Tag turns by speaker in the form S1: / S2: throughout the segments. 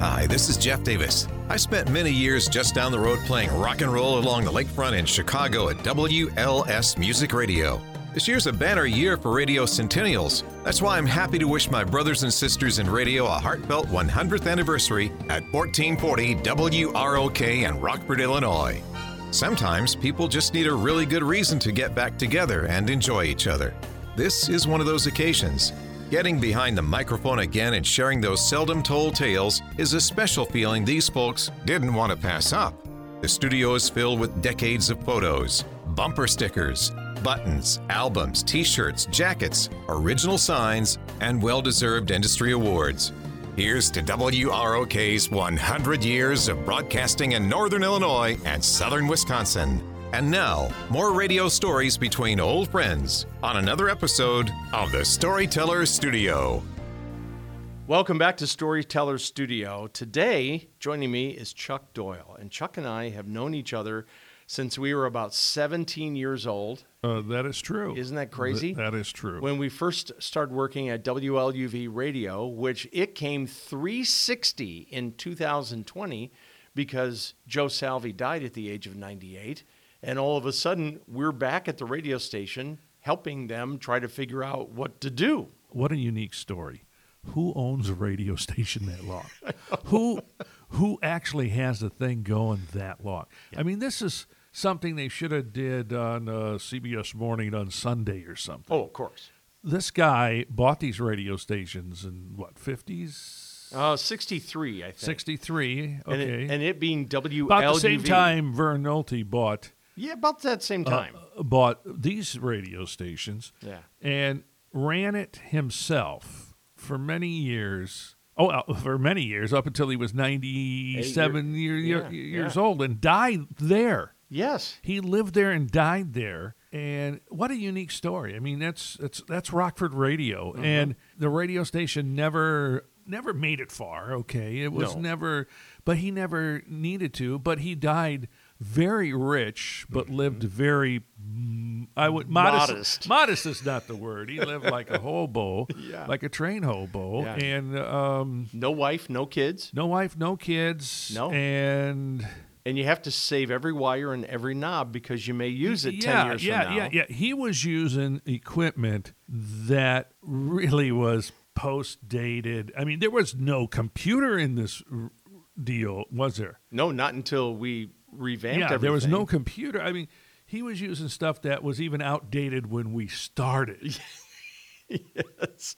S1: Hi, this is Jeff Davis. I spent many years just down the road playing rock and roll along the lakefront in Chicago at WLS Music Radio. This year's a banner year for radio centennials. That's why I'm happy to wish my brothers and sisters in radio a heartfelt 100th anniversary at 1440 WROK in Rockford, Illinois. Sometimes people just need a really good reason to get back together and enjoy each other. This is one of those occasions. Getting behind the microphone again and sharing those seldom told tales is a special feeling these folks didn't want to pass up. The studio is filled with decades of photos, bumper stickers, buttons, albums, t shirts, jackets, original signs, and well deserved industry awards. Here's to WROK's 100 years of broadcasting in Northern Illinois and Southern Wisconsin. And now, more radio stories between old friends on another episode of the Storyteller Studio.
S2: Welcome back to Storyteller Studio. Today, joining me is Chuck Doyle. And Chuck and I have known each other since we were about 17 years old.
S3: Uh, that is true.
S2: Isn't that crazy?
S3: Th- that is true.
S2: When we first started working at WLUV Radio, which it came 360 in 2020 because Joe Salvi died at the age of 98. And all of a sudden, we're back at the radio station helping them try to figure out what to do.
S3: what a unique story. Who owns a radio station that long? who who actually has the thing going that long? I mean, this is something they should have did on uh, CBS Morning on Sunday or something.
S2: Oh, of course.
S3: This guy bought these radio stations in what 50s,
S2: Uh, 63, I think.
S3: 63. Okay.
S2: And, it, and it being WLUV.
S3: about the same time Uh, Vern Nolte bought
S2: Yeah, about that same time.
S3: bought these radio stations
S2: Yeah.
S3: and ran it himself for many years. Oh, uh, for many years up until he was 97 year, year-
S2: yeah,
S3: years
S2: yeah.
S3: old and died there.
S2: yes.
S3: He lived there and died there. And what a unique story. I mean, that's that's that's Rockford Radio
S2: Mm-hmm.
S3: and the radio station never never made it far, okay? It was
S2: No.
S3: never but he never needed to, but he died very rich but lived very mm, I would modest,
S2: Mm-hmm. Modest.
S3: modest is not the word. He lived like a hobo,
S2: Yeah.
S3: like a train hobo
S2: Yeah.
S3: and um
S2: No wife, no kids.
S3: no wife, no kids,
S2: No.
S3: and
S2: And you have to save every wire and every knob because you may use it 10 years
S3: yeah,
S2: from now.
S3: Yeah, yeah, He was using equipment that really was post dated. I mean, there was no computer in this r- deal, was there?
S2: No, not until we revamped
S3: yeah,
S2: everything.
S3: there was no computer. I mean, he was using stuff that was even outdated when we started.
S2: yes.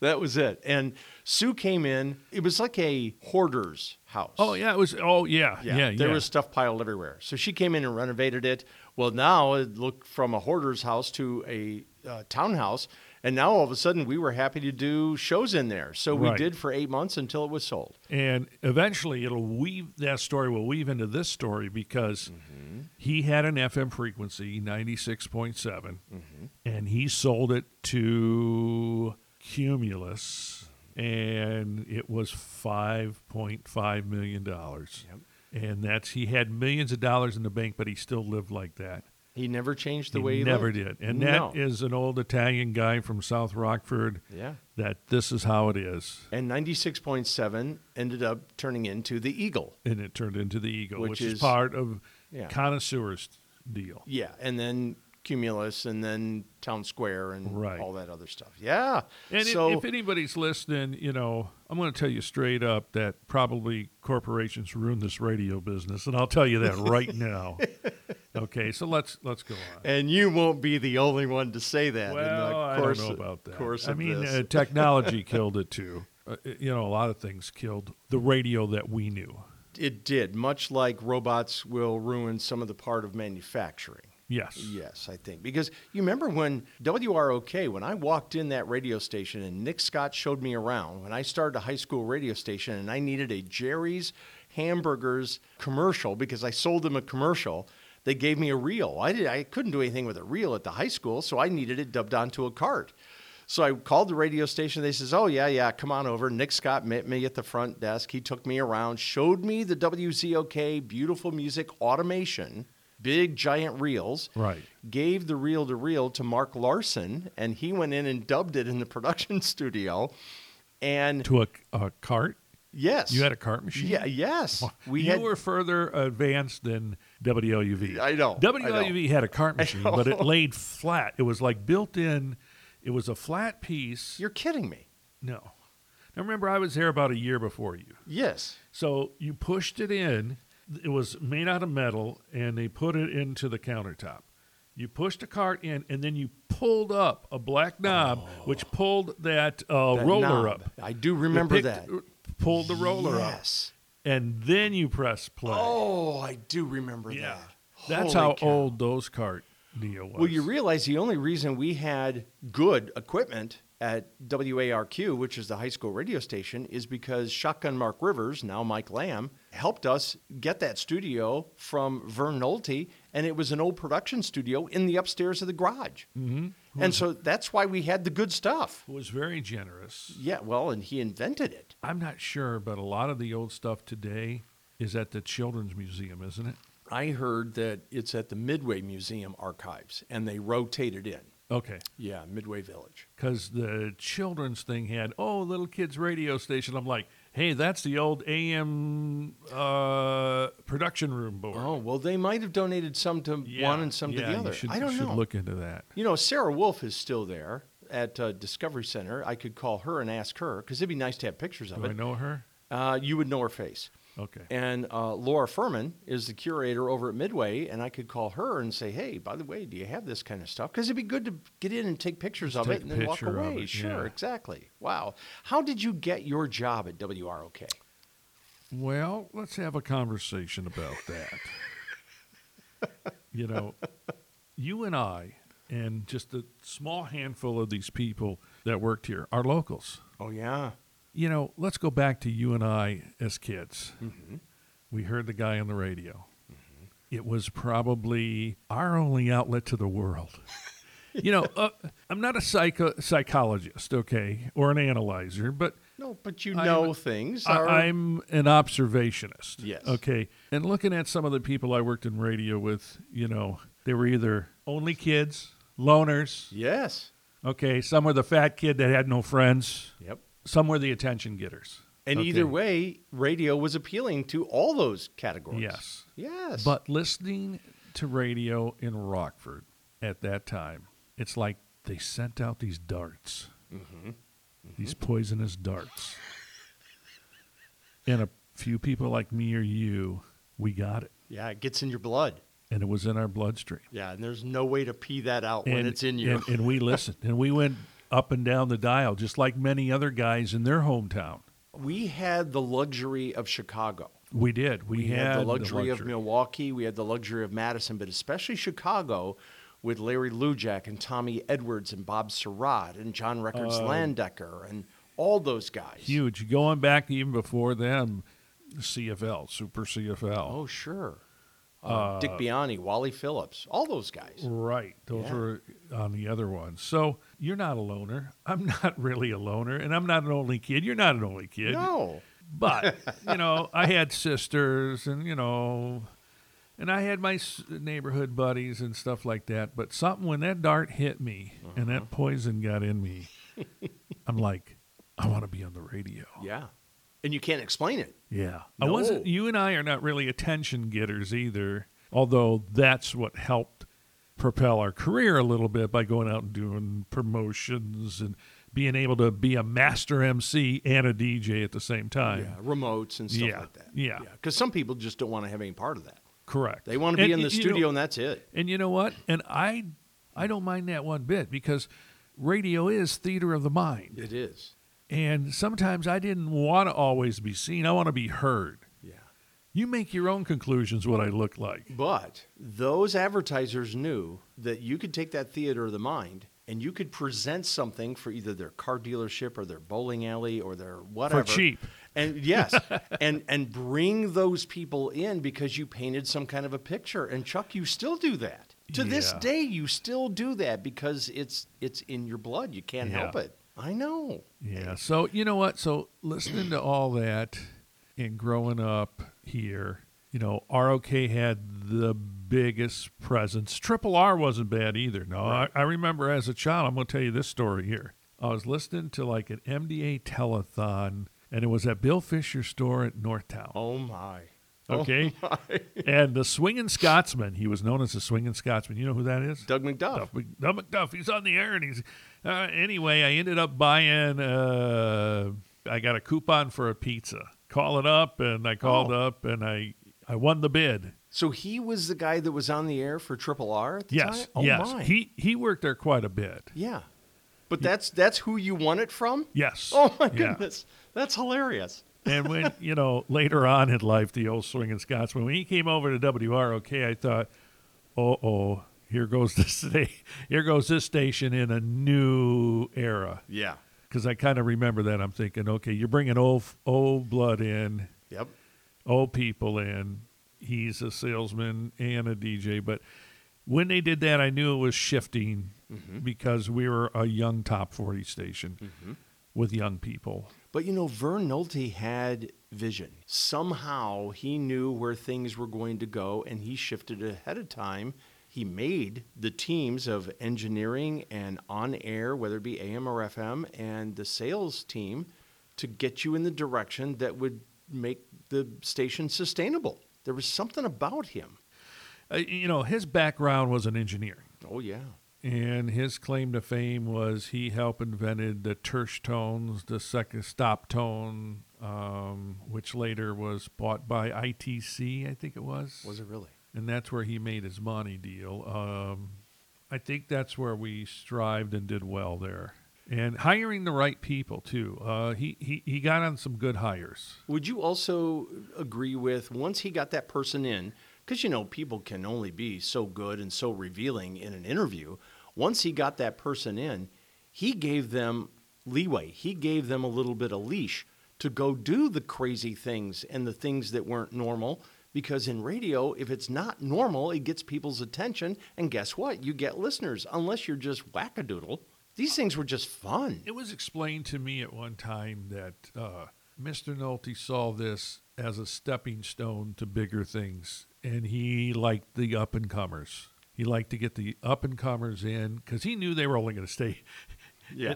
S2: That was it. And Sue came in. It was like a hoarder's house.
S3: Oh yeah, it was. Oh yeah, yeah, yeah.
S2: There was stuff piled everywhere. So she came in and renovated it. Well, now it looked from a hoarder's house to a uh, townhouse. And now all of a sudden we were happy to do shows in there. So we
S3: Right.
S2: did for eight months until it was sold.
S3: and eventually it'll weave that story will weave into this story because
S2: Mm-hmm.
S3: he had an FM frequency 96.7
S2: Mm-hmm.
S3: and he sold it to Cumulus and it was 5.5 million dollars and that's he had millions of dollars in the bank but he still lived like that
S2: He never changed the
S3: he
S2: way he
S3: never
S2: lived.
S3: did and
S2: No.
S3: that is an old Italian guy from South Rockford
S2: Yeah.
S3: that this is how it is
S2: And 96.7 ended up turning into the Eagle.
S3: and it turned into the Eagle,
S2: Which
S3: which, is,
S2: is-
S3: part of
S2: Yeah.
S3: connoisseurs deal.
S2: Yeah, and then Cumulus, and then Town Square, and
S3: Right.
S2: all that other stuff. Yeah.
S3: And
S2: so
S3: if, if anybody's listening, you know, I'm going to tell you straight up that probably corporations ruined this radio business, and I'll tell you that right now. Okay, so let's let's go on.
S2: and you won't be the only one to say that. in
S3: Well,
S2: the
S3: I
S2: uh, course
S3: don't know about that.
S2: Course
S3: I
S2: of
S3: mean,
S2: this.
S3: uh, technology killed it too. Uh, you know, a lot of things killed the radio that we knew.
S2: it did, much like robots will ruin some of the part of manufacturing.
S3: Yes.
S2: Yes, I think. Because you remember when WROK, when I walked in that radio station and Nick Scott showed me around, when I started a high school radio station and I needed a Jerry's Hamburgers commercial because I sold them a commercial, they gave me a reel. I, did, I couldn't do anything with a reel at the high school, so I needed it dubbed onto a cart. So I called the radio station. They says, "Oh yeah, yeah, come on over." Nick Scott met me at the front desk. He took me around, showed me the WZOK beautiful music automation, big giant reels.
S3: Right.
S2: Gave the reel to reel to Mark Larson, and he went in and dubbed it in the production studio. And
S3: To a, a cart.
S2: Yes.
S3: You had a cart machine?
S2: Yeah. Yes.
S3: We you
S2: had,
S3: were further advanced than WLUV.
S2: I know, I know.
S3: WLUV had a cart machine, but it laid flat. It was like built in. It was a flat piece.
S2: You're kidding me.
S3: no. Now remember, I was there about a year before you.
S2: Yes.
S3: So you pushed it in. It was made out of metal, and they put it into the countertop. You pushed the cart in, and then you pulled up a black knob, which pulled that, uh,
S2: Oh. That
S3: roller
S2: knob.
S3: up.
S2: I do
S3: You
S2: remember
S3: picked-
S2: that.
S3: Pulled the roller up,
S2: Yes.
S3: and then you press play.
S2: Oh, I do remember
S3: yeah.
S2: that.
S3: That's
S2: Holy
S3: how
S2: cow.
S3: old those cart deal was.
S2: Well, you realize the only reason we had good equipment at WARQ, which is the high school radio station, is because Shotgun Mark Rivers, now Mike Lamb, helped us get that studio from Vern Nolte, and it was an old production studio in the upstairs of the garage. Mm-hmm. And so that's why we had the good stuff.
S3: was very generous.
S2: Yeah, well, and he invented it.
S3: I'm not sure, but a lot of the old stuff today is at the Children's Museum, isn't it?
S2: I heard that it's at the Midway Museum archives, and they rotated in.
S3: Okay.
S2: Yeah, Midway Village.
S3: because the children's thing had oh little kids radio station i'm like hey that's the old am uh, production room board
S2: Oh well, they might have donated some to
S3: Yeah,
S2: one and some
S3: yeah,
S2: to the
S3: you
S2: other.
S3: should,
S2: I don't
S3: should
S2: know.
S3: look into that
S2: you know, Sarah Wolf is still there at uh, Discovery Center. I could call her and ask her because it'd be nice to have pictures of
S3: do Oh, i
S2: it.
S3: know her
S2: Uh, you would know her face.
S3: okay
S2: And uh, Laura Furman is the curator over at Midway, and I could call her and say, "Hey, by the way, do you have this kind of stuff? Because it'd be good to get in and take pictures of
S3: take
S2: it
S3: a
S2: and then walk
S3: picture of
S2: away."
S3: it,
S2: sure,
S3: yeah.
S2: exactly. Wow, how did you get your job at WROK?
S3: well let's have a conversation about that you know you and i and just a small handful of these people that worked here are locals
S2: Oh yeah,
S3: you know, let's go back to you and I as kids. We heard the guy on the radio. It was probably our only outlet to the world. you know, uh, I'm not a psycho- psychologist, okay, or an analyzer, but
S2: no, but you
S3: I'm-
S2: know things. are-
S3: I, I'm an observationist.
S2: Yes.
S3: Okay. And looking at some of the people I worked in radio with, you know, they were either only kids, loners.
S2: yes.
S3: Okay. Some were the fat kid that had no friends.
S2: Yep.
S3: Some were the attention getters.
S2: And
S3: Okay.
S2: either way, radio was appealing to all those categories.
S3: Yes.
S2: Yes.
S3: But listening to radio in Rockford at that time, it's like they sent out these darts,
S2: Mm-hmm.
S3: these poisonous darts. and a few people like me or you, we got it.
S2: yeah, it gets in your blood.
S3: And it was in our bloodstream.
S2: Yeah, and there's no way to pee that out when
S3: and,
S2: it's in you.
S3: And, and we listened. and we went up and down the dial, just like many other guys in their hometown.
S2: we had the luxury of Chicago.
S3: We did. We,
S2: We had the luxury,
S3: luxury
S2: of Milwaukee. We had the luxury of Madison, but especially Chicago with Larry Lujak and Tommy Edwards and Bob Surratt and John Records Landecker and all those guys.
S3: Uh, Huge. Going back even before them, CFL, Super CFL.
S2: Oh, sure. Uh, Dick Biani, Wally Phillips, all those guys.
S3: Right. Those
S2: Yeah.
S3: were on the other one. So you're not a loner. I'm not really a loner, and I'm not an only kid. You're not an only kid.
S2: No.
S3: But, you know, I had sisters and, you know, and I had my s- neighborhood buddies and stuff like that. But something, when that dart hit me and
S2: Uh-huh.
S3: that poison got in me, I'm like, I want to be on the radio.
S2: Yeah. And you can't explain it.
S3: Yeah. I
S2: No.
S3: wasn't you and I are not really attention getters either, although that's what helped propel our career a little bit by going out and doing promotions and being able to be a master MC and a DJ at the same time.
S2: Yeah, remotes and stuff
S3: Yeah,
S2: like that.
S3: yeah.
S2: Because some people just don't want to have any part of that.
S3: Correct.
S2: They want to be in
S3: And y-
S2: the
S3: you
S2: studio
S3: know-
S2: and that's it.
S3: and you know what? And I I don't mind that one bit because radio is theater of the mind.
S2: It is.
S3: And sometimes I didn't want to always be seen. I want to be heard.
S2: Yeah.
S3: You make your own conclusions what I look like.
S2: But those advertisers knew that you could take that theater of the mind and you could present something for either their car dealership or their bowling alley or their whatever
S3: cheap.
S2: And yes, and and bring those people in because you painted some kind of a picture. And Chuck, you still do that. To this
S3: Yeah.
S2: day, you still do that because it's it's in your blood. You can't
S3: Yeah.
S2: help it. I know.
S3: Yeah. So you know what? So listening to all that and growing up here, you know, ROK had the biggest presence. Triple R wasn't bad either. No, I, I remember as a child. I'm going to tell you this story here. I was listening to like an MDA telethon and it was at Bill Fisher's store at Northtown.
S2: Oh my.
S3: Okay. and the Swingin' Scotsman, he was known as the Swingin' Scotsman. You know who that is?
S2: Doug McDuff.
S3: Duff Mc- Doug McDuff. He's on the air, and he's uh, anyway. I ended up buying. Uh, I got a coupon for a pizza. Call it up, and I called
S2: Oh.
S3: up, and I I won the bid.
S2: So he was the guy that was on the air for Triple R at the
S3: Yes,
S2: time? Oh
S3: yes.
S2: my.
S3: He he worked there quite a bit.
S2: yeah. But that's that's who you won it from?
S3: Yes.
S2: Oh my
S3: Yeah.
S2: goodness. That's hilarious.
S3: and when you know later on in life, the old swinging Scotsman, when he came over to WROK, I thought, "Oh, oh, here goes this day, here goes this station in a new era."
S2: Yeah.
S3: Because I kind of remember that. I'm thinking, okay, you're bringing old old blood in,
S2: Yep.
S3: old people in. He's a salesman and a DJ, but when they did that, I knew it was shifting because we were a young top 40 station with young people.
S2: But you know, Vern Nolte had vision. Somehow he knew where things were going to go and he shifted ahead of time. He made the teams of engineering and on air, whether it be AM or FM, and the sales team to get you in the direction that would make the station sustainable. There was something about him.
S3: uh, you know, his background was an engineer,
S2: Oh, yeah.
S3: and his claim to fame was he helped invented the tersh tones, the second stop tone, um, which later was bought by ITC, I think it was.
S2: Was it really?
S3: And that's where he made his money deal. Um, I think that's where we strived and did well there. And hiring the right people too. Uh, he, he he got on some good hires.
S2: Would you also agree with once he got that person in, because you know people can only be so good and so revealing in an interview. Once he got that person in, he gave them leeway. He gave them a little bit of leash to go do the crazy things and the things that weren't normal. Because in radio, if it's not normal, it gets people's attention. And guess what? You get listeners, unless you're just wackadoodle. These things were just fun.
S3: It was explained to me at one time that uh, Mr. Nolte saw this as a stepping stone to bigger things, and he liked the up and comers. He liked to get the up and comers in because he knew they were only going to stay.
S2: Yeah.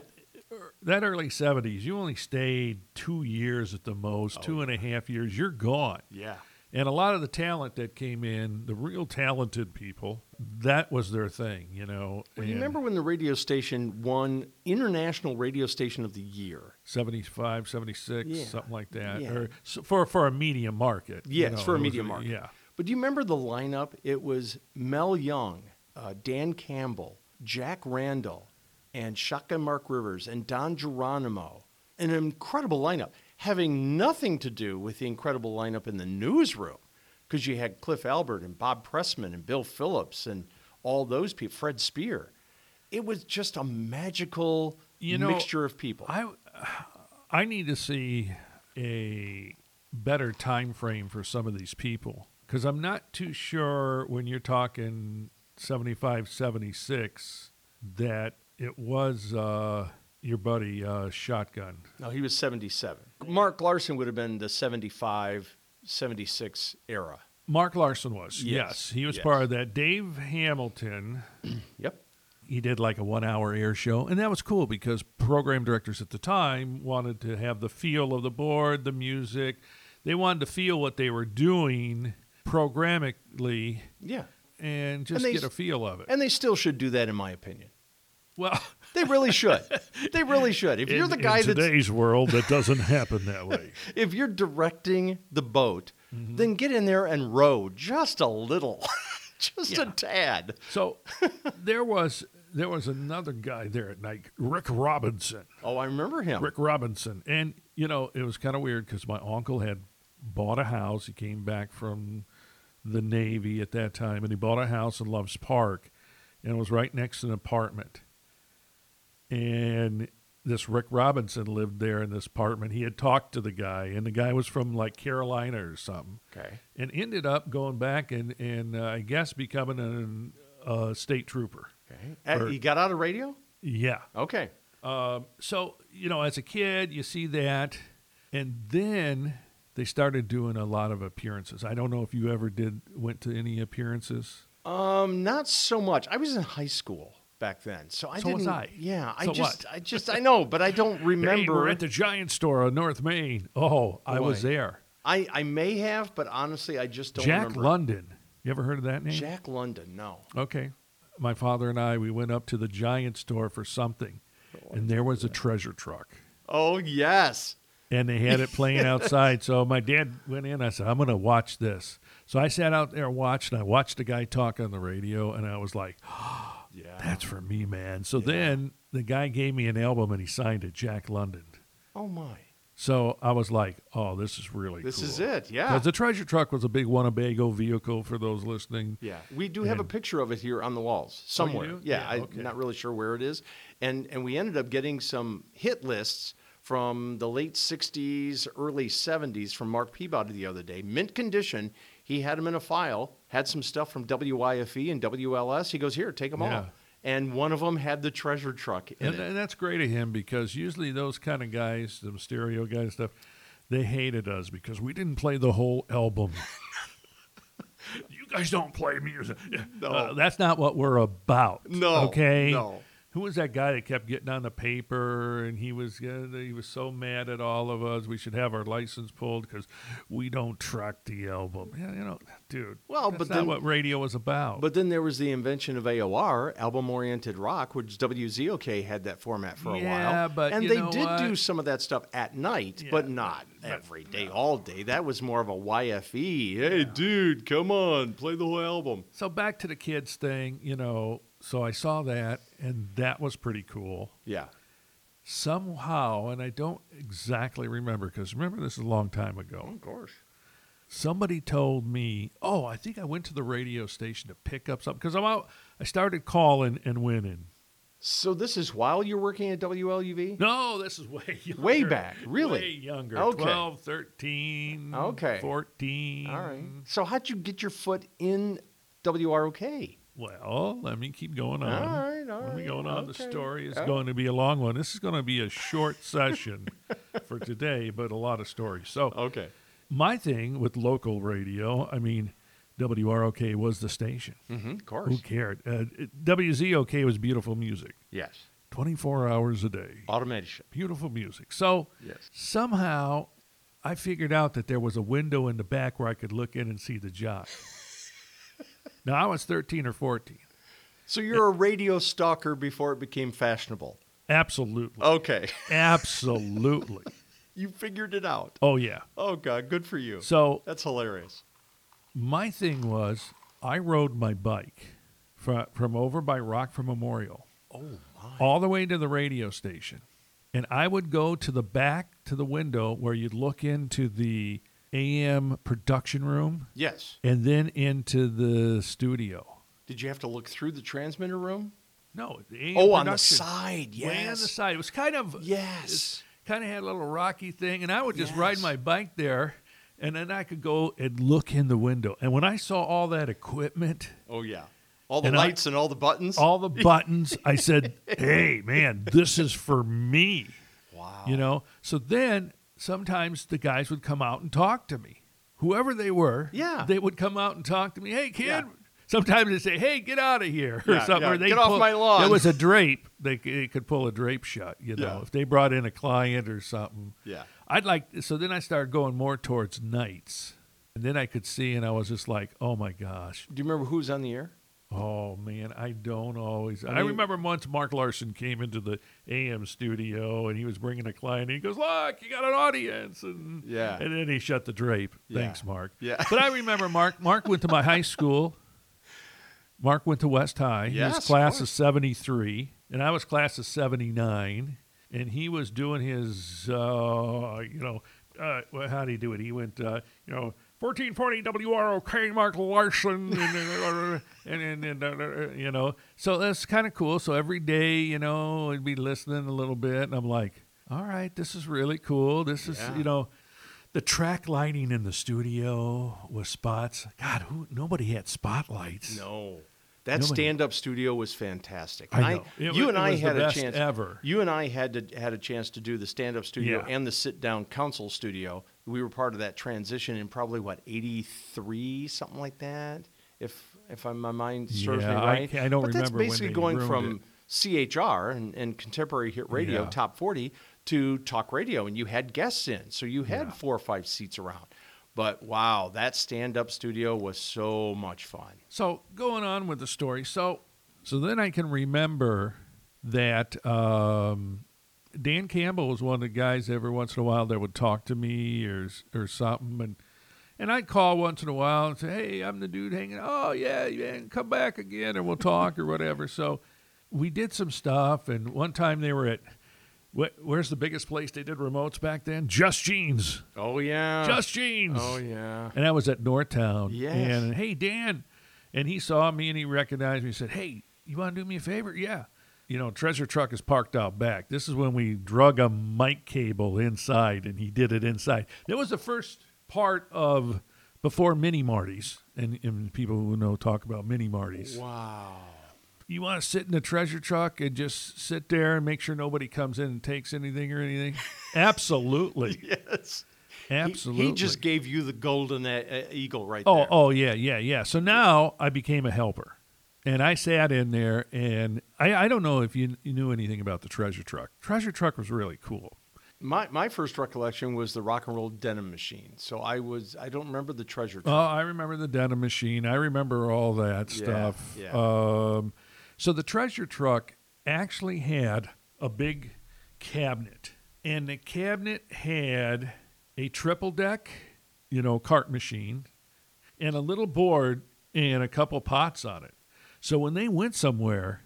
S3: That early 70s, you only stayed two years at the
S2: Oh,
S3: most, two and a half years, you're gone.
S2: yeah.
S3: And a lot of the talent that came in, the real talented people, that was their thing, you know.
S2: Well,
S3: and-
S2: you remember when the radio station won International Radio Station of the Year?
S3: 75, 76,
S2: Yeah.
S3: something like that,
S2: Yeah.
S3: or s for for a media market. you
S2: Yes,
S3: know,
S2: for a
S3: it was
S2: media market.
S3: Yeah,
S2: But do you remember the lineup? It was Mel Young, uh, Dan Campbell, Jack Randall, and Shaka Mark Rivers, and Don Geronimo. An incredible lineup, having nothing to do with the incredible lineup in the newsroom, because you had Cliff Albert and Bob Pressman and Bill Phillips and all those people, Fred Spear. It was just a magical
S3: You know,
S2: mixture of people.
S3: I I need to see a better time frame for some of these people because I'm not too sure when you're talking 75, 76 that it was uh, your buddy uh, Shotgun.
S2: No, he was 77. Mark Larson would have been the 75, 76 era.
S3: Mark Larson was yes,
S2: Yes,
S3: he was
S2: yes.
S3: part of that. Dave Hamilton.
S2: Yep.
S3: he did like a one hour air show and that was cool because program directors at the time wanted to have the feel of the board the music they wanted to feel what they were doing programmatically
S2: Yeah.
S3: and just
S2: And they
S3: get
S2: s-
S3: a feel of it
S2: And they still should do that, in my opinion.
S3: well
S2: They really should. they really should. If you're
S3: in-
S2: the guy
S3: in
S2: that's
S3: today's world that doesn't happen that way
S2: if you're directing the boat, then get in there and row just a little, just a tad.
S3: so there was there was another guy there at night rick robinson
S2: Oh, I remember him.
S3: Rick Robinson. And, you know, it was kind of weird because my uncle had bought a house. He came back from the Navy at that time and he bought a house in Loves Park and it was right next to an apartment. And this Rick Robinson lived there in this apartment. He had talked to the guy, and the guy was from like Carolina or something
S2: Okay.
S3: and ended up going back and, and uh, I guess becoming an, a state trooper.
S2: Okay. Uh, he got out of radio?
S3: Yeah.
S2: Okay.
S3: Um, so you know, as a kid, you see that, and then they started doing a lot of appearances. I don't know if you ever did went to any appearances.
S2: Um, not so much. I was in high school. back then. So I
S3: So
S2: didn't.
S3: was I.
S2: Yeah, I
S3: So
S2: just,
S3: what?
S2: I just, I know, but I don't
S3: Hey,
S2: remember.
S3: we're at the Giant store on North Main. Oh, I was
S2: Boy.
S3: there.
S2: I, I may have, but honestly, I just don't
S3: Jack
S2: remember.
S3: London. You ever heard of that name?
S2: Jack London. No.
S3: Okay. My father and I, we went up to the Giant store for something, and there was a treasure truck.
S2: Oh yes.
S3: and they had it playing outside. So my dad went in. I said, I'm going to watch this. So I sat out there and watched, and I watched the guy talk on the radio, and I was like,
S2: Yeah.
S3: that's for me, man. So then the guy gave me an album and he signed it, Jack London.
S2: Oh my.
S3: So I was like, oh, this is really
S2: This
S3: cool.
S2: is it. Yeah.
S3: Because the treasure truck was a big Winnebago vehicle for those listening.
S2: Yeah, we do have a picture of it here on the walls
S3: Oh, you
S2: somewhere.
S3: do?
S2: Yeah,
S3: Yeah,
S2: I'm
S3: okay.
S2: not really sure where it is, and and we ended up getting some hit lists from the late '60s, early '70s from Mark Peabody the other day, mint condition. He had them in a file, had some stuff from WIFE E and WLS. He goes, "Here, take them
S3: Yeah.
S2: all." And one of them had the treasure truck in
S3: And,
S2: it.
S3: and that's great of him because usually those kind of guys, the stereo guys and stuff, they hated us because we didn't play the whole album. you guys don't play music.
S2: No.
S3: Uh, that's not what we're about.
S2: No,
S3: Okay.
S2: no.
S3: Who was that guy that kept getting on the paper and he was uh, he was so mad at all of us? We should have our license pulled because we don't track the album. Yeah, you know, dude.
S2: Well,
S3: that's
S2: but
S3: not
S2: then-
S3: what radio was about.
S2: But then there was the invention of AOR, album oriented rock, which WZOK had that format for a
S3: Yeah,
S2: while.
S3: but
S2: and
S3: you
S2: they
S3: know
S2: did do
S3: what?
S2: some of that stuff at night, but not every day, all day. That was more of a YFE. Hey, dude, come on, play the whole album.
S3: So back to the kids thing, you know. So I saw that, and that was pretty cool.
S2: Yeah.
S3: Somehow, and I don't exactly remember because remember this is a long time ago.
S2: Oh, course.
S3: Somebody told me, "Oh, I think I went to the radio station to pick up something because I'm out. I started calling and winning.
S2: So this is while you're working at WLUV?
S3: No, this is way younger.
S2: Way back, really?
S3: way younger.
S2: Okay.
S3: 12, 13,
S2: Okay.
S3: 14.
S2: All right.
S3: Mm-hmm.
S2: So how'd you get your foot in WROK?
S3: Well, let me keep going on.
S2: All right, all
S3: Let me
S2: right,
S3: going on. The
S2: okay, Oh.
S3: story is
S2: all
S3: going to be a long one. This is going to be a short session for today, but a lot of stories. So,
S2: Okay.
S3: my thing with local radio, I mean, WROK was the station.
S2: Mm-hmm, of
S3: Who
S2: course.
S3: cared? Uh, it- WZOK was beautiful music,
S2: Yes.
S3: 24 hours a day.
S2: Automation.
S3: Beautiful music. So,
S2: Yes.
S3: somehow I figured out that there was a window in the back where I could look in and see the jock. now, I was 13 or 14.
S2: So you're a radio stalker before it became fashionable.
S3: Absolutely.
S2: Okay.
S3: Absolutely.
S2: You figured it out.
S3: Oh, yeah.
S2: Oh God, good for you.
S3: So
S2: That's hilarious.
S3: my thing was I rode my bike from, from over by Rockford Memorial
S2: Oh my.
S3: all the way to the radio station. And I would go to the back to the window where you'd look into the AM production room
S2: Yes.
S3: and then into the studio.
S2: Did you have to look through the transmitter room?
S3: No, the AM
S2: Oh, on the
S3: production,
S2: side. Yes.
S3: Way on the side. It was kind of
S2: Yes.
S3: kind of had a little rocky thing, and I would just
S2: Yes.
S3: ride my bike there, and then I could go and look in the window. And when I saw all that equipment,
S2: Oh yeah. All the
S3: And I-
S2: lights and all the buttons.
S3: all the buttons, I said, "Hey, man, this is for me."
S2: wow.
S3: You know. So then sometimes the guys would come out and talk to me, whoever they were.
S2: Yeah.
S3: They would come out and talk to me. Hey, kid.
S2: Yeah.
S3: Sometimes they say, "Hey, get out of here," or
S2: Yeah,
S3: something.
S2: yeah,
S3: Or they
S2: "Get off
S3: pull-
S2: my lawn."
S3: There was a drape. They, c- they could pull a drape shut. You know,
S2: Yeah.
S3: if they brought in a client or something.
S2: Yeah.
S3: I'd like so then I started going more towards nights. And then I could see and I was just like, "Oh my gosh.
S2: Do you remember who was on the air?
S3: Oh man, I don't always. I,
S2: mean-
S3: remember once Mark Larson came into the AM studio and he was bringing a client and he goes, "Look, you got an audience." And
S2: Yeah.
S3: And then he shut the drape.
S2: Yeah.
S3: Thanks, Mark.
S2: Yeah.
S3: But I remember Mark Mark went to my high school. Mark went to West High. he
S2: Yes, of
S3: was class of
S2: course.
S3: 73 and I was class of 79 and he was doing his uh, you know, uh, well, how did he do it? He went uh, you know, 1440 WROK Mark Larson and and, and, and, uh, you know. So that's kind of cool. So every day, you know, I'd be listening a little bit and I'm like, "All right, this is really cool. This is,
S2: Yeah.
S3: you know, the track lighting in the studio with spots. God, who nobody had spotlights.
S2: No. That
S3: Nobody.
S2: stand-up studio was fantastic.
S3: I
S2: And
S3: know. It
S2: you
S3: wa-
S2: and
S3: it
S2: I
S3: was the
S2: had
S3: best
S2: a chance
S3: ever.
S2: You and I had to, had a chance to do the stand-up studio
S3: Yeah.
S2: and the sit-down council studio. We were part of that transition in probably what '83, something like that. If if I, my mind serves
S3: Yeah,
S2: me
S3: I
S2: right.
S3: ca- I don't
S2: but
S3: remember when
S2: that's basically
S3: they
S2: going
S3: roomed
S2: from
S3: it.
S2: CHR and, and Contemporary Hit Radio
S3: Yeah.
S2: Top 40 to talk radio, and you had guests in. So you had four or five seats around. But wow, that stand up studio was so much fun.
S3: So going on with the story, so so then I can remember that um, Dan Campbell was one of the guys every once in a while that would talk to me or s- or something, and and I'd call once in a while and say, "Hey, I'm the dude hanging. Oh yeah, man, come back again and we'll talk or whatever." So we did some stuff, and one time they were at. wh- Where's the biggest place they did remotes back then? Just Jeans.
S2: Oh, yeah.
S3: Just Jeans.
S2: Oh, yeah.
S3: And I was at Northtown.
S2: Yes.
S3: And hey, Dan. And he saw me and he recognized me. He said, Hey, you want to do me a favor? Yeah. You know, treasure truck is parked out back. This is when we drug a mic cable inside and he did it inside. That was the first part of before Mini Marty's. And, and people who know talk about Mini Marty's
S2: Wow.
S3: you want to sit in the treasure truck and just sit there and make sure nobody comes in and takes anything or anything? Absolutely,
S2: Yes. He-
S3: absolutely.
S2: He, just gave you the golden uh, eagle right
S3: oh,
S2: there.
S3: oh yeah, yeah, yeah. So now I became a helper, and I sat in there, and I, I don't know if you, you knew anything about the treasure truck. Treasure truck was really cool.
S2: My, my first recollection was the rock and roll denim machine. So I was, I don't remember the treasure.
S3: Oh,
S2: trove.
S3: I remember the denim machine. I remember all that
S2: Yeah,
S3: stuff.
S2: yeah.
S3: Um, so the treasure truck actually had a big cabinet, and the cabinet had a triple deck, you know, cart machine, and a little board and a couple pots on it. So when they went somewhere,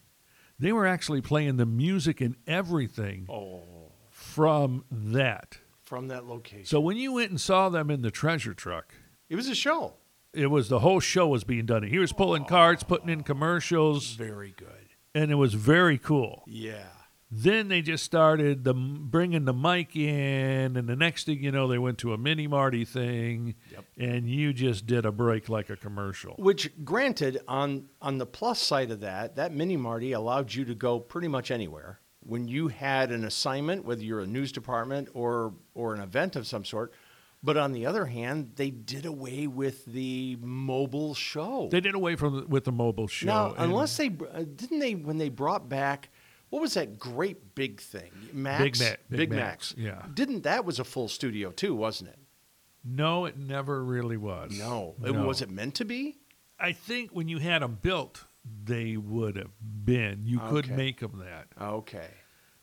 S3: they were actually playing the music and everything
S2: oh.
S3: from that.
S2: From that location.
S3: So when you went and saw them in the treasure truck,
S2: it was a show.
S3: it was the whole show was being done. He was pulling cards, putting in commercials,
S2: Very good.
S3: and it was very cool.
S2: Yeah.
S3: Then they just started the bringing the mic in, and the next thing you know, they went to a mini Marty thing,
S2: Yep.
S3: and you just did a break like a commercial.
S2: Which, granted, on on the plus side of that, that mini Marty allowed you to go pretty much anywhere. When you had an assignment, whether you're a news department or or an event of some sort, but on the other hand, they did away with the mobile show.
S3: They did away from with the mobile show.
S2: now,
S3: and
S2: unless they uh, didn't they when they brought back what was that great big thing, Max?
S3: Mac- Big Macs, yeah.
S2: Didn't that was a full studio too, wasn't it?
S3: no, it never really was.
S2: No, it was it meant to be.
S3: I think when you had them built, they would have been. You could
S2: Okay.
S3: make them that.
S2: Okay.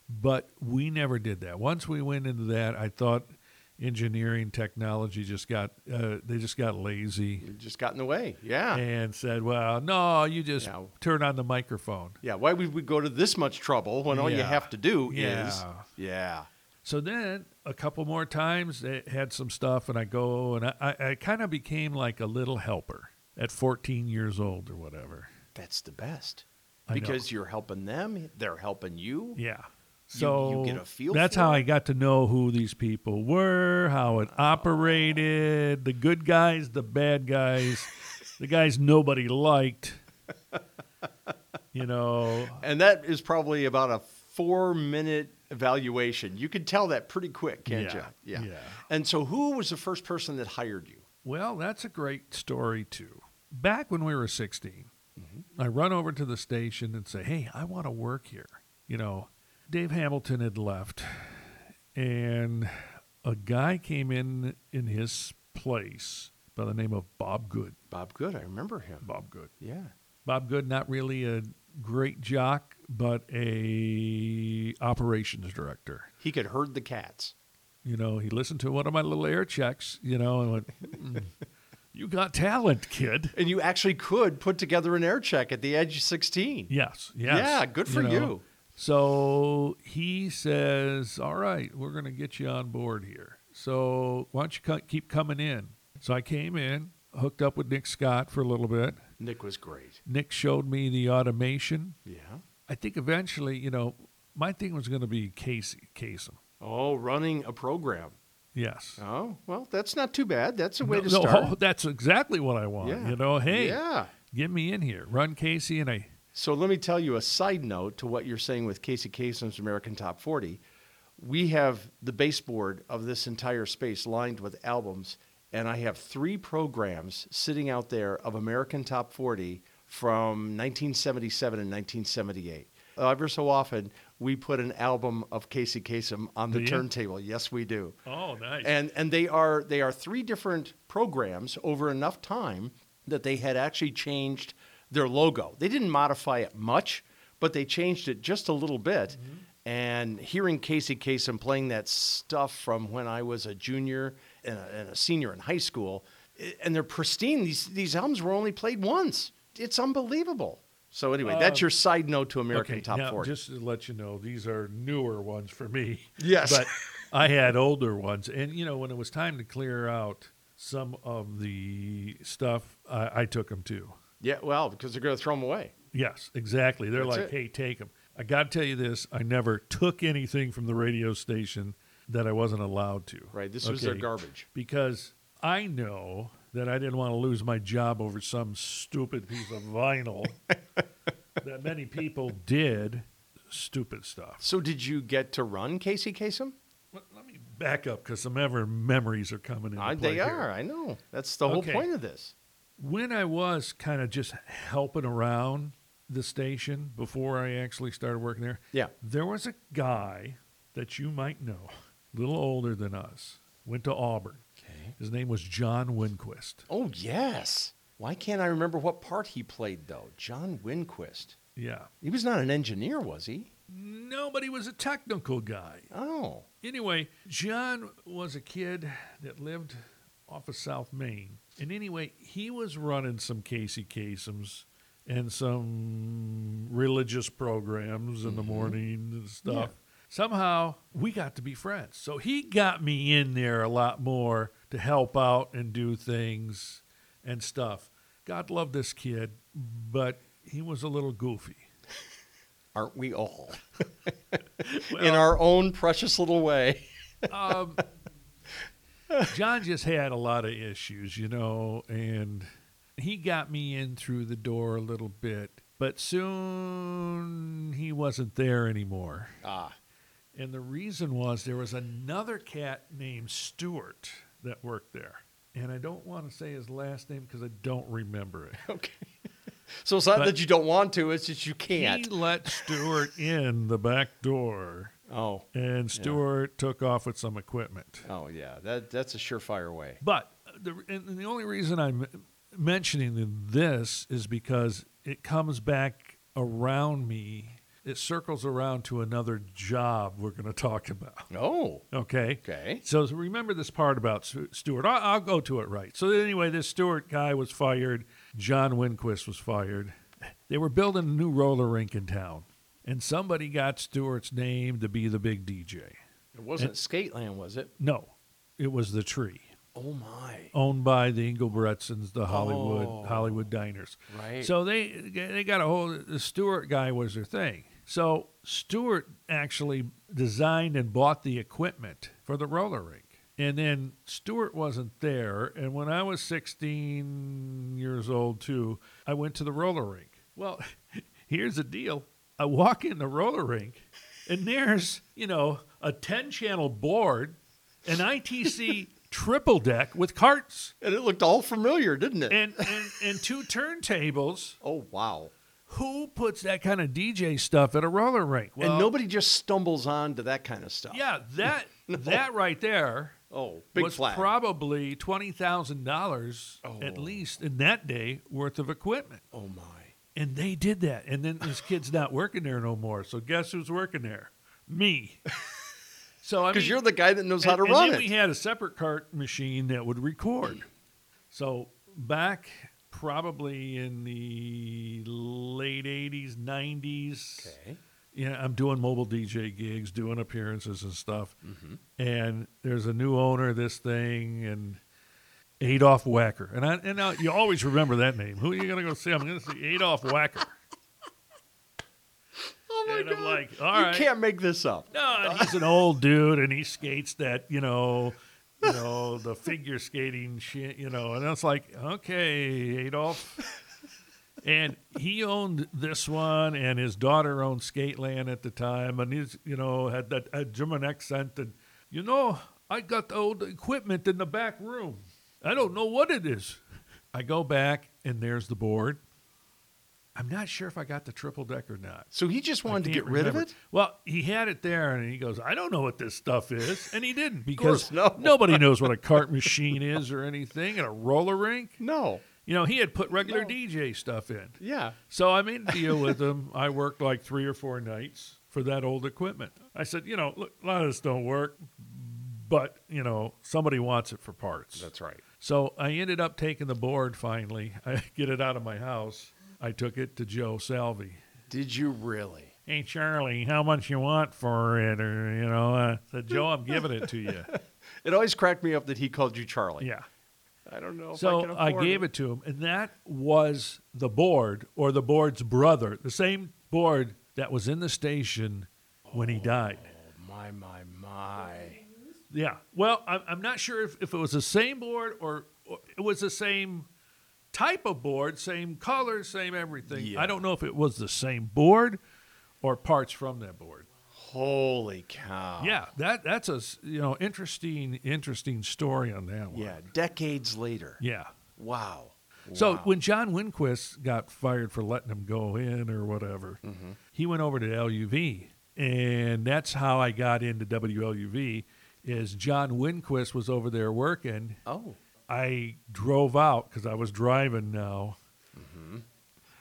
S3: but we never did that. Once we went into that, I thought engineering technology just got uh, they just got lazy
S2: It just got in the way. Yeah.
S3: and said, "Well, no, you just
S2: No.
S3: turn on the microphone."
S2: Yeah, why would we go to this much trouble when all you
S3: Yeah.
S2: have to do is
S3: Yeah.
S2: yeah.
S3: So then a couple more times they had some stuff, and I go and I, I, I kind of became like a little helper at 14 years old or whatever.
S2: That's the best
S3: I know.
S2: because you're helping them, they're helping you.
S3: Yeah.
S2: You-
S3: So
S2: you get a feel
S3: that's
S2: for
S3: how
S2: it? Ah.
S3: I got to know who these people were, how it operated, the good guys, the bad guys, the guys nobody liked. You know,
S2: And that is probably about a four minute evaluation. You can tell that pretty quick, can't
S3: Yeah,
S2: you? Yeah.
S3: yeah.
S2: And so, who was the first person that hired you?
S3: well, that's a great story too. Back when we were 16, I run over to the station and say, "Hey, I want to work here." You know, Dave Hamilton had left and a guy came in in his place by the name of Bob Good.
S2: Bob Good. I remember him.
S3: Bob Good.
S2: Yeah.
S3: Bob Good, not really a great jock, but a operations director.
S2: He could herd the cats.
S3: You know, he listened to one of my little air checks, you know, and went, "Mm, "You got talent, kid."
S2: And you actually could put together an air check at the age of 16.
S3: Yes, yes.
S2: Yeah, good for you.
S3: So he says, "All right, we're going to get you on board here. So why don't you co- keep coming in?" So I came in, hooked up with Nick Scott for a little bit.
S2: Nick was great.
S3: Nick showed me the automation.
S2: Yeah.
S3: I think eventually, you know, my thing was going to be Casey Kasem.
S2: Oh, running a program.
S3: Yes.
S2: Oh, well, that's not too bad. That's a way
S3: No,
S2: to
S3: no,
S2: start.
S3: oh, that's exactly what I want. You know, hey,
S2: Yeah.
S3: get me in here, run Casey, and I.
S2: So let me tell you a side note to what you're saying with Casey Kasem's American Top 40. We have the baseboard of this entire space lined with albums, and I have three programs sitting out there of American Top 40 from 1977 and 1978. ever so often we put an album of Casey Kasem on the
S3: Do you?
S2: turntable. Yes, we do.
S3: Oh, nice.
S2: And and they are they are three different programs over enough time that they had actually changed their logo. They didn't modify it much, but they changed it just a little bit.
S3: Mm-hmm.
S2: And hearing Casey Kasem playing that stuff from when I was a junior and a, and a senior in high school, i- and they're pristine. These these albums were only played once. It's unbelievable. So anyway, that's your side note to American
S3: Uh, okay,
S2: Top
S3: now,
S2: 40.
S3: Just to let you know, these are newer ones for me.
S2: Yes.
S3: But I had older ones. And, you know, when it was time to clear out some of the stuff, I, I took them too.
S2: yeah, well, because they're going to throw them away.
S3: Yes, exactly. They're
S2: That's
S3: like,
S2: it.
S3: hey, take them. I got to tell you this I never took anything from the radio station that I wasn't allowed to.
S2: Right, this was their
S3: Okay.
S2: garbage.
S3: Because I know that I didn't want to lose my job over some stupid piece of vinyl that many people did stupid stuff.
S2: So did you get to run Casey Kasem?
S3: Let, let me back up because some ever memories are coming in.
S2: I, they are. I know. That's the
S3: Okay.
S2: whole point of this.
S3: When I was kind of just helping around the station before I actually started working there,
S2: Yeah.
S3: there was a guy that you might know, a little older than us, went to Auburn.
S2: Okay.
S3: His name was John Winquist.
S2: Oh yes. Why can't I remember what part he played though? John Winquist.
S3: Yeah.
S2: He was not an engineer, was he?
S3: No, but he was a technical guy.
S2: Oh.
S3: Anyway, John was a kid that lived off of South Main. And anyway, he was running some Casey Kasem's and some religious programs in the morning and stuff. Somehow we got to be friends. So he got me in there a lot more to help out and do things and stuff. God love this kid, but he was a little goofy.
S2: Aren't we all? In our own precious little way.
S3: Um, John just had a lot of issues, you know, and he got me in through the door a little bit, but soon he wasn't there anymore.
S2: Ah.
S3: And the reason was there was another cat named Stuart that worked there. And I don't want to say his last name because I don't remember it.
S2: Okay. So it's not
S3: But-
S2: that you don't want to, it's that you
S3: He
S2: can't.
S3: let Stuart in the back door,
S2: Oh.
S3: and Stuart took off with some equipment.
S2: Oh yeah. That that's a surefire way.
S3: But the and the only reason I'm mentioning this is because it comes back around me. It circles around to another job we're going to talk about.
S2: Oh.
S3: Okay.
S2: Okay.
S3: So remember this part about Stu- Stewart. I- I'll go to it right. So anyway, this Stewart guy was fired. John Winquist was fired. They were building a new roller rink in town, and somebody got Stewart's name to be the big DJ.
S2: It wasn't Skateland, was it?
S3: No, it was the tree
S2: Oh my.
S3: owned by the Engelbretsons, the Hollywood
S2: Oh.
S3: Hollywood diners.
S2: Right.
S3: So they they got a hold. The Stewart guy was their thing. So Stewart actually designed and bought the equipment for the roller rink. And then Stewart wasn't there. And when I was 16 years old too, I went to the roller rink. Well, here's the deal. I walk in the roller rink, and there's you know a 10 channel board an ITC triple deck with carts
S2: And it looked all familiar, didn't it?
S3: and, and, and two turntables.
S2: oh wow.
S3: Who puts that kind of DJ stuff at a roller rink? Well,
S2: and nobody just stumbles on to that kind of stuff.
S3: Yeah, that that right there
S2: Oh, big
S3: was
S2: flag.
S3: probably twenty thousand dollars at least in that day worth of equipment.
S2: oh my.
S3: And they did that. And then this kid's not working there no more. So guess who's working there? Me. So I
S2: Because
S3: mean,
S2: you're the guy that knows how to
S3: and, and
S2: run
S3: then
S2: it.
S3: we had a separate cart machine that would record. So back probably in the late '80s, '90s. Yeah, I'm doing mobile DJ gigs, doing appearances and stuff. And there's a new owner of this thing, and Adolf Wacker. And I and now you always remember that name. Who are you gonna go see? I'm gonna see Adolf Wacker.
S2: Oh my
S3: and
S2: god.
S3: I'm like, all right.
S2: You can't make this up.
S3: No, and he's an old dude, and he skates that, you know, you know, the figure skating shit, you know. And I was like, okay, Adolf. And he owned this one, and his daughter owned Skateland at the time, and he's, you know, had that a German accent, and you know, I got old equipment in the back room. I don't know what it is. I go back, and there's the board. I'm not sure if I got the triple deck or not.
S2: So he just wanted to
S3: Can't
S2: get rid of
S3: remember.
S2: it?
S3: Well, he had it there, and he goes, "I don't know what this stuff is," and he didn't
S2: course,
S3: because
S2: no.
S3: nobody knows what a cart machine is or anything, and a roller rink.
S2: No.
S3: You know, he had put regular DJ stuff in.
S2: Yeah.
S3: So I made a deal with him. I worked like three or four nights for that old equipment. I said, you know, look, a lot of this don't work, but you know, somebody wants it for parts.
S2: right.
S3: So I ended up taking the board finally. I get it out of my house. I took it to Joe Salvi.
S2: Did you really?
S3: Hey Charlie, how much you want for it? Or you know, uh, said Joe, I'm giving it to you.
S2: It always cracked me up that he called you Charlie.
S3: Yeah.
S2: I don't know. If I,
S3: So
S2: can
S3: I,
S2: afford
S3: gave it to him, and that was the board or the board's brother, the same board that was in the station when he died.
S2: Oh, My, my, my.
S3: Yeah. Well, I'm, I'm not sure if, if it was the same board or, or it was the same type of board, same color, same everything.
S2: Yeah.
S3: I don't know if it was the same board or parts from that board.
S2: Holy cow.
S3: Yeah, that that's a s- you know interesting interesting story on that one.
S2: Yeah. Decades later.
S3: Yeah.
S2: Wow.
S3: So
S2: Wow.
S3: when John Winquist got fired for letting him go in or whatever,
S2: Mm-hmm.
S3: he went over to LUV, and that's how I got into WLUV. Is John Winquist was over there working.
S2: Oh.
S3: I drove out because I was driving now.
S2: Mm-hmm.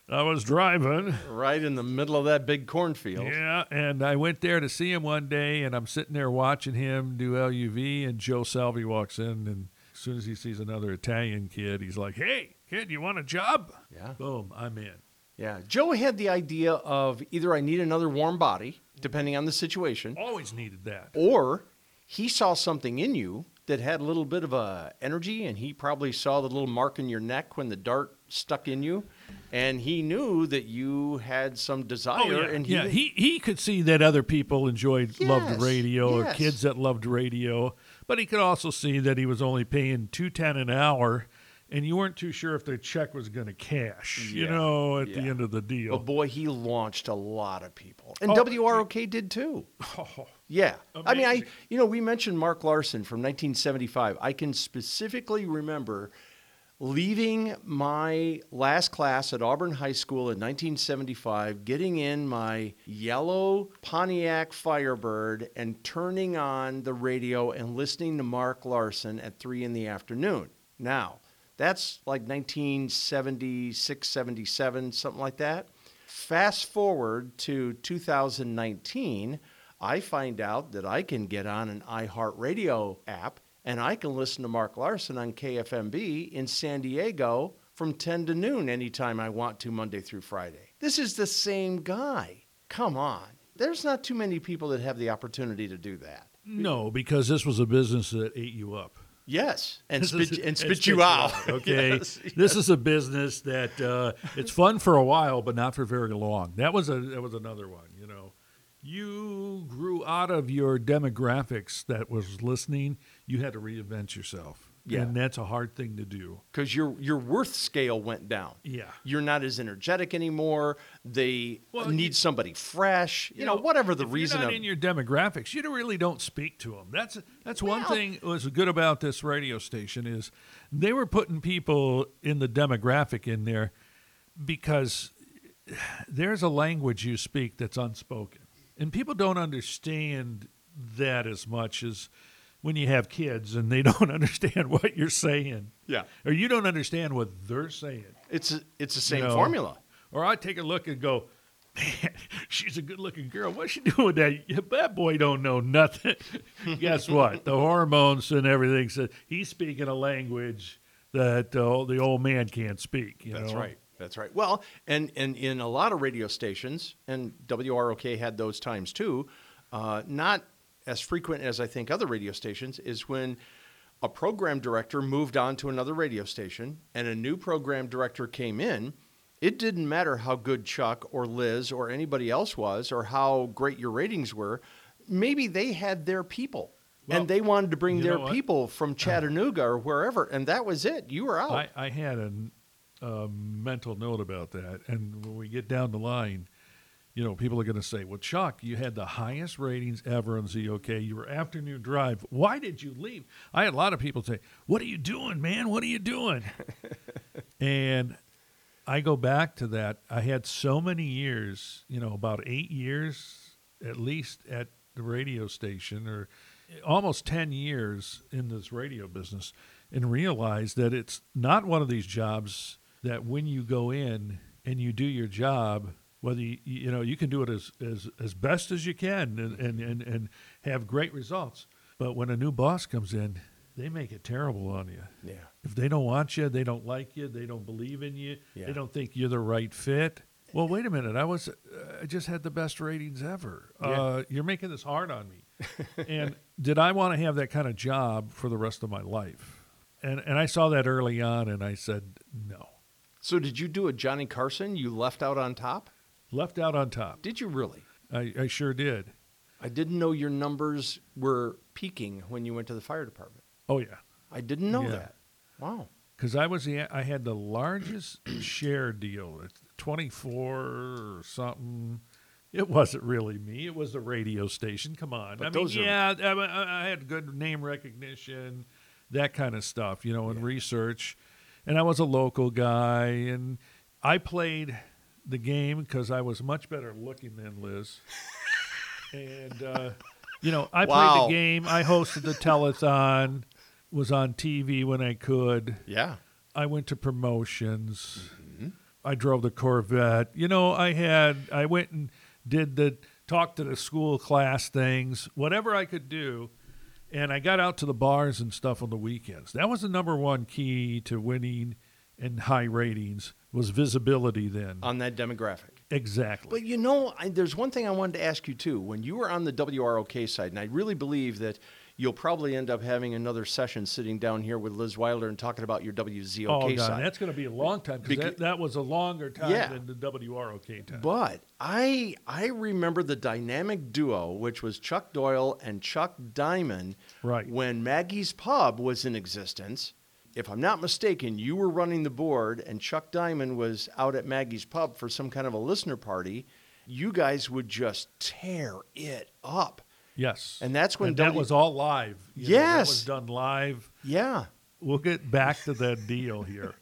S3: I was driving.
S2: Right in the middle of that big cornfield.
S3: Yeah, and I went there to see him one day, and I'm sitting there watching him do LUV, and Joe Salvi walks in, and as soon as he sees another Italian kid, he's like, "Hey, kid, you want a job?"
S2: Yeah.
S3: Boom, I'm in.
S2: Yeah. Joe had the idea of either I need another warm body, depending on the situation,
S3: Always needed that.
S2: or he saw something in you that had a little bit of a energy and he probably saw the little mark in your neck when the dart stuck in you and he knew that you had some desire
S3: Oh, yeah,
S2: Oh, and
S3: yeah. He he could see that other people enjoyed loved
S2: Yes,
S3: radio or
S2: yes.
S3: kids that loved radio, but he could also see that he was only paying two ten an hour, and you weren't too sure if the check was going to cash. You
S2: Yeah,
S3: know, at the
S2: yeah.
S3: end of the deal.
S2: but Oh, boy he launched a lot of people and
S3: Oh,
S2: WROK did too yeah I mean I
S3: Amazing.
S2: you know we mentioned Mark Larson from 1975 I can specifically remember leaving my last class at Auburn High School in 1975, getting in my yellow Pontiac Firebird and turning on the radio and listening to Mark Larson at 3 in the afternoon. Now, that's like 1976, 77, something like that. Fast forward to 2019, I find out that I can get on an iHeartRadio app and I can listen to Mark Larson on KFMB in San Diego from 10 to noon anytime I want to, Monday through Friday. This is the same guy. Come on. There's not too many people that have the opportunity to do that.
S3: No, because this was a business that ate you up.
S2: Yes, and
S3: This is-
S2: spit, and spit you out.
S3: okay,
S2: Yes.
S3: this is a business that uh, it's fun for a while, but not for very long. That was a that was another one. You know, you grew out of your demographics that was listening. You had to reinvent yourself,
S2: Yeah.
S3: and that's a hard thing to do.
S2: because your your worth scale went down.
S3: Yeah.
S2: you're not as energetic anymore. They
S3: Well,
S2: need
S3: you-
S2: somebody fresh. You, know, whatever the
S3: if
S2: reason.
S3: You're not
S2: of-
S3: in your demographics. You don't- really don't speak to them. That's that's one
S2: Well-
S3: thing that was good about this radio station is they were putting people in the demographic in there because there's a language you speak that's unspoken, and people don't understand that as much as when you have kids and they don't understand what you're saying.
S2: Yeah.
S3: or you don't understand what they're saying
S2: it's it's the same
S3: know.
S2: formula.
S3: or I take a look and go, man, she's a good-looking girl. What's she doing with that? That boy don't know nothing. Guess what? The hormones and everything said he's speaking a language that uh, the old man can't speak. You
S2: That's
S3: know?
S2: right. That's right. Well, and, and in a lot of radio stations, and WROK had those times too, uh, not as frequent as I think other radio stations, is when a program director moved on to another radio station and a new program director came in. It didn't matter how good Chuck or Liz or anybody else was or how great your ratings were. Maybe they had their people
S3: Well,
S2: and they wanted to bring
S3: you
S2: their
S3: know what? Uh-huh.
S2: people from Chattanooga or wherever, and that was it. You were out.
S3: I, I had a, n- a mental note about that, and when we get down the line, you know, people are going to say, "Well, Chuck, you had the highest ratings ever on ZOK. You were afternoon drive. Why did you leave?" I had a lot of people say, "What are you doing, man? What are you doing?" and I go back to that. I had so many years, you know, about eight years at least at the radio station, or almost 10 years in this radio business, and realized that it's not one of these jobs that when you go in and you do your job, whether you, you know you can do it as, as, as best as you can and, and, and, and have great results. But when a new boss comes in, they make it terrible on you.
S2: Yeah.
S3: If they don't want you, they don't like you, they don't believe in you,
S2: Yeah.
S3: they don't think you're the right fit. Well, wait a minute. I was uh, I just had the best ratings ever. Uh, you're making this hard on me. and did I want to have that kind of job for the rest of my life? And and I saw that early on and I said no.
S2: So did you do a Johnny Carson? You left out on top?
S3: Left out on top.
S2: Did you really?
S3: I, I sure did.
S2: I didn't know your numbers were peaking when you went to the fire department.
S3: Oh yeah.
S2: I didn't know
S3: Yeah.
S2: that. Wow.
S3: Because I was the I had the largest share deal, twenty four or something. It wasn't really me. It was the radio station. Come on,
S2: But
S3: I mean,
S2: those are-
S3: yeah, I- I, I had good name recognition, that kind of stuff, you know, and research, and I was a local guy, and I played the game because I was much better looking than Liz, and uh, you know, I
S2: Wow.
S3: played the game. I hosted the telethon, was on TV when I could.
S2: Yeah.
S3: I went to promotions.
S2: Mm-hmm.
S3: I drove the Corvette. You know, I had I went and did the talk to the school class things, whatever I could do, and I got out to the bars and stuff on the weekends. That was the number one key to winning and high ratings was visibility then.
S2: On that demographic.
S3: exactly.
S2: But you know, I, there's one thing I wanted to ask you too. When you were on the WROK side, and I really believe that you'll probably end up having another session sitting down here with Liz Weiler and talking about your WZOK
S3: oh god,
S2: side.
S3: that's going to be a long time because
S2: Becau-
S3: that, that was a longer time
S2: Yeah.
S3: than the WROK time.
S2: But I I remember the dynamic duo, which was Chuck Doyle and Chuck Diamond,
S3: Right.
S2: when Maggie's Pub was in existence. If I'm not mistaken, you were running the board, and Chuck Diamond was out at Maggie's Pub for some kind of a listener party. You guys would just tear it up.
S3: yes,
S2: And that's when
S3: that
S2: W-
S3: was all live. you know, that
S2: Yes.
S3: was done live.
S2: Yeah.
S3: we'll get back to that deal here.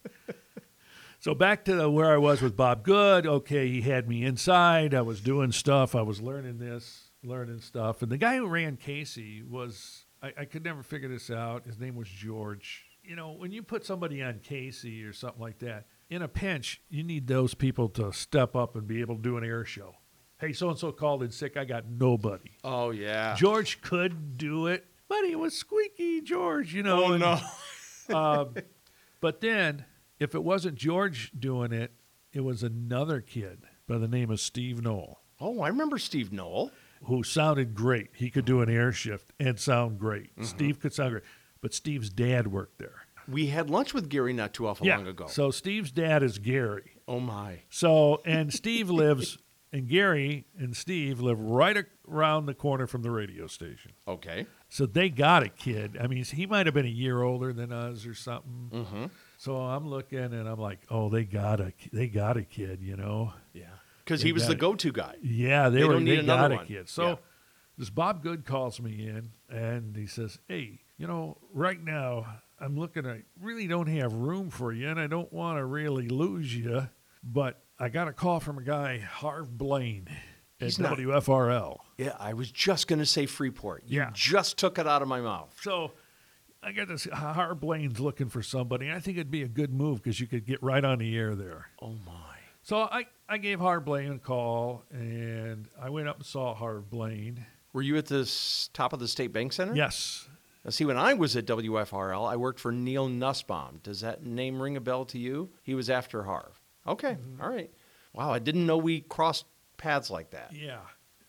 S3: So back to the, where I was with Bob Good. Okay, he had me inside. I was doing stuff. I was learning this, learning stuff. And the guy who ran Casey was I, I could never figure this out. His name was George. You know, when you put somebody on Casey or something like that, in a pinch, you need those people to step up and be able to do an air show. Hey, so and so called in sick. I got nobody.
S2: Oh yeah.
S3: George could do it, but he was squeaky George, you know.
S2: Oh
S3: and-
S2: no.
S3: um, but then, if it wasn't George doing it, it was another kid by the name of Steve Knoll
S2: Oh, I remember Steve Noel.
S3: who sounded great. He could do an air shift and sound great.
S2: Mm-hmm.
S3: Steve could sound great, but Steve's dad worked there.
S2: We had lunch with Gary not too awful long ago.
S3: So Steve's dad is Gary.
S2: oh my.
S3: So and Steve lives and Gary and Steve live right ac- around the corner from the radio station.
S2: Okay.
S3: So they got a kid. I mean, he might have been a year older than us or something.
S2: Mm-hmm.
S3: So I'm looking and I'm like, oh, they got a they got a kid, you know?
S2: Yeah. Because
S3: They
S2: he was
S3: got
S2: the
S3: it.
S2: go-to guy.
S3: Yeah, they,
S2: They
S3: were
S2: don't need
S3: they
S2: another
S3: got
S2: one.
S3: a kid. So
S2: Yeah.
S3: this Bob Good calls me in and he says, hey, you know, right now I'm looking. I really don't have room for you, and I don't want to really lose you, but I got a call from a guy, Harv Blaine, at
S2: He's not-
S3: WFRL.
S2: Yeah, I was just going to say Freeport. You
S3: Yeah.
S2: just took it out of my mouth.
S3: So I got this. Howard Blaine's looking for somebody. I think it'd be a good move because you could get right on the air there.
S2: Oh my.
S3: So I, I gave Howard Blaine a call and I went up and saw Howard Blaine.
S2: Were you at the s- top of the State Bank Center?
S3: Yes.
S2: Now, see, when I was at WFRL, I worked for Neil Nussbaum. Does that name ring a bell to you? He was after Harv. Okay. All right. Wow, I didn't know we crossed paths like that.
S3: Yeah.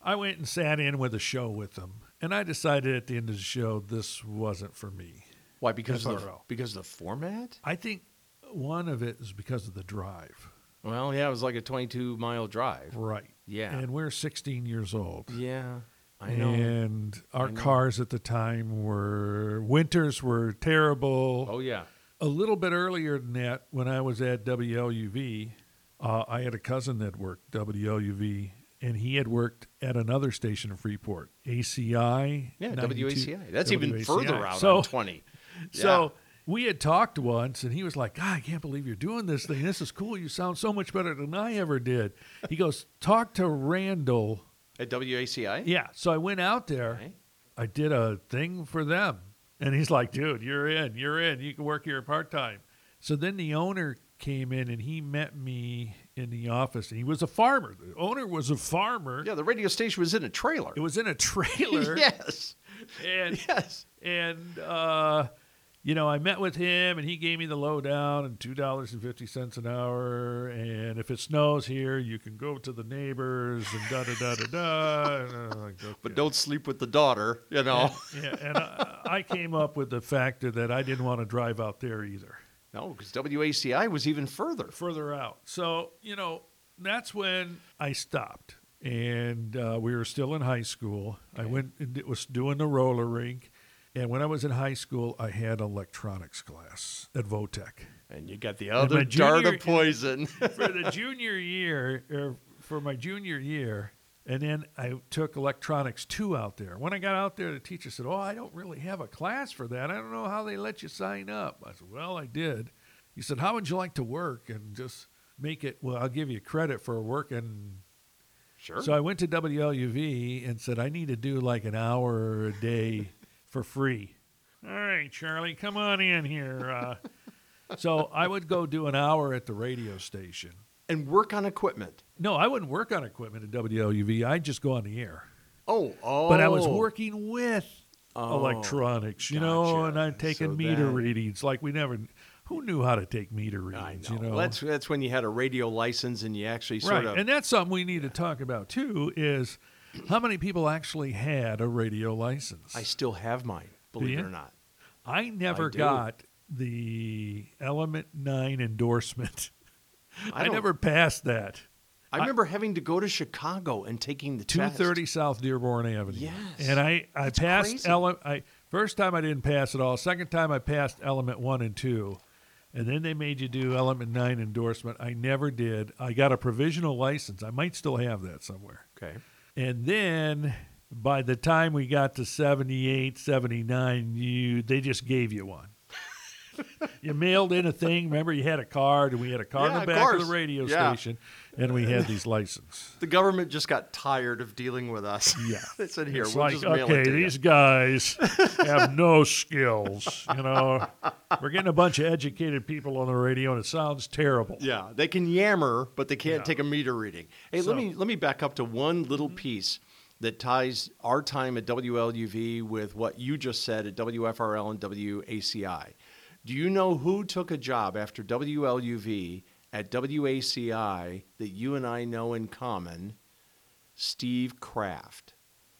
S3: I went and sat in with a show with them. And I decided at the end of the show, this wasn't for me.
S2: Why? Because of the,
S3: FRL.
S2: because of the format?
S3: I think one of it is because of the drive.
S2: Well, yeah, it was like a 22 mile drive.
S3: Right.
S2: Yeah.
S3: And we're 16 years old.
S2: Yeah, I know.
S3: And our
S2: I know.
S3: cars at the time were winters were terrible.
S2: Oh yeah.
S3: A little bit earlier than that, when I was at WLUV, uh, I had a cousin that worked WLUV, and he had worked at another station in Freeport, ACI.
S2: Yeah,
S3: 92
S2: WACI. That's even
S3: WACI.
S2: further out
S3: So,
S2: on 20.
S3: so we had talked once, and he was like, "God, I can't believe you're doing this thing. This is cool. You sound so much better than I ever did." He goes, "Talk to Randall."
S2: At WACI?
S3: Yeah. So I went out there.
S2: Okay.
S3: I did a thing for them, and he's like, "Dude, you're in. You're in. You can work here part time." So then the owner came in, and he met me in the office, and he was a farmer. The owner was a farmer.
S2: Yeah, the radio station was in a trailer.
S3: It was in a trailer,
S2: yes.
S3: and
S2: Yes.
S3: and uh, you know, I met with him, and he gave me the lowdown and two dollars and fifty cents an hour. And if it snows here, you can go to the neighbors and da da da da da. And I'm like,
S2: But
S3: "Okay."
S2: don't sleep with the daughter, you know.
S3: yeah, and I, I came up with the factor that I didn't want to drive out there either,
S2: no, because WACI was even further.
S3: further out. So you know, that's when I stopped, and uh, we were still in high school. I went and it was doing the roller rink, and when I was in high school, I had electronics class at Votech.
S2: And you got the
S3: And
S2: other
S3: my
S2: dart
S3: junior-
S2: of poison.
S3: for the junior year, or for my junior year, and then I took electronics two out there. When I got out there, the teacher said, "Oh, I don't really have a class for that. I don't know how they let you sign up." I said, "Well, I did." He said, "How would you like to work and just make it? Well, I'll give you credit for working."
S2: sure.
S3: So I went to WLUV and said, "I need to do like an hour a day for free." All right, Charlie, come on in here. Uh, so I would go do an hour at the radio station.
S2: and work on equipment.
S3: No, I wouldn't work on equipment at WLUV. I'd just go on the air.
S2: Oh, oh.
S3: But I was working with
S2: Oh,
S3: electronics, you know,
S2: gotcha.
S3: and I'd taken
S2: So
S3: meter
S2: that-
S3: readings. Like we never, who knew how to take meter
S2: I know.
S3: readings, you know?
S2: Well, that's that's when you had a radio license and you actually
S3: right.
S2: sort of
S3: and that's something we need to talk about too is how many people actually had a radio license?
S2: I still have mine, believe
S3: you?
S2: it or not.
S3: I never
S2: do.
S3: got the Element 9 endorsement. I,
S2: don't-
S3: never passed that.
S2: I, remember having to go to Chicago and taking the
S3: two
S2: test.
S3: thirty South Dearborn Avenue.
S2: Yes.
S3: and I I
S2: That's
S3: passed
S2: crazy.
S3: element. I first time I didn't pass at all. Second time I passed element one and two, and then they made you do element nine endorsement. I never did. I got a provisional license. I might still have that somewhere.
S2: Okay.
S3: And then by the time we got to 78, 79, you they just gave you one. you mailed in a thing. Remember, you had a card, and we had a card
S2: Yeah, of
S3: in the back of
S2: course.
S3: the radio
S2: Yeah.
S3: station, and we had these licenses.
S2: The government just got tired of dealing with us.
S3: Yeah.
S2: they said here,
S3: It's
S2: we'll
S3: like,
S2: just mail
S3: okay,
S2: it to you."
S3: these guys have no skills. You know, we're getting a bunch of educated people on the radio, and it sounds terrible.
S2: Yeah, they can yammer, but they can't
S3: Yeah.
S2: take a meter reading. Hey,
S3: So- Mm-hmm.
S2: let me let me back up to one little piece that ties our time at WLUV with what you just said at WFRL and WACI. Do you know who took a job after WLUV at WACI that you and I know in common? Steve Kraft.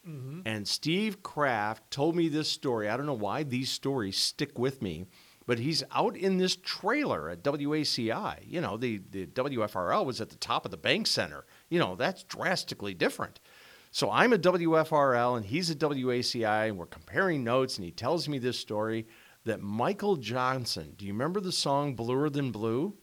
S2: Mm-hmm. And Steve Kraft told me this story. I don't know why these stories stick with me, but he's out in this trailer at WACI. You know, the, the WFRL was at the top of the bank center. You know, that's drastically different. So I'm a WFRL and he's a WACI, and we're comparing notes, and he tells me this story that Michael Johnson, do you remember the song Bluer Than Blue?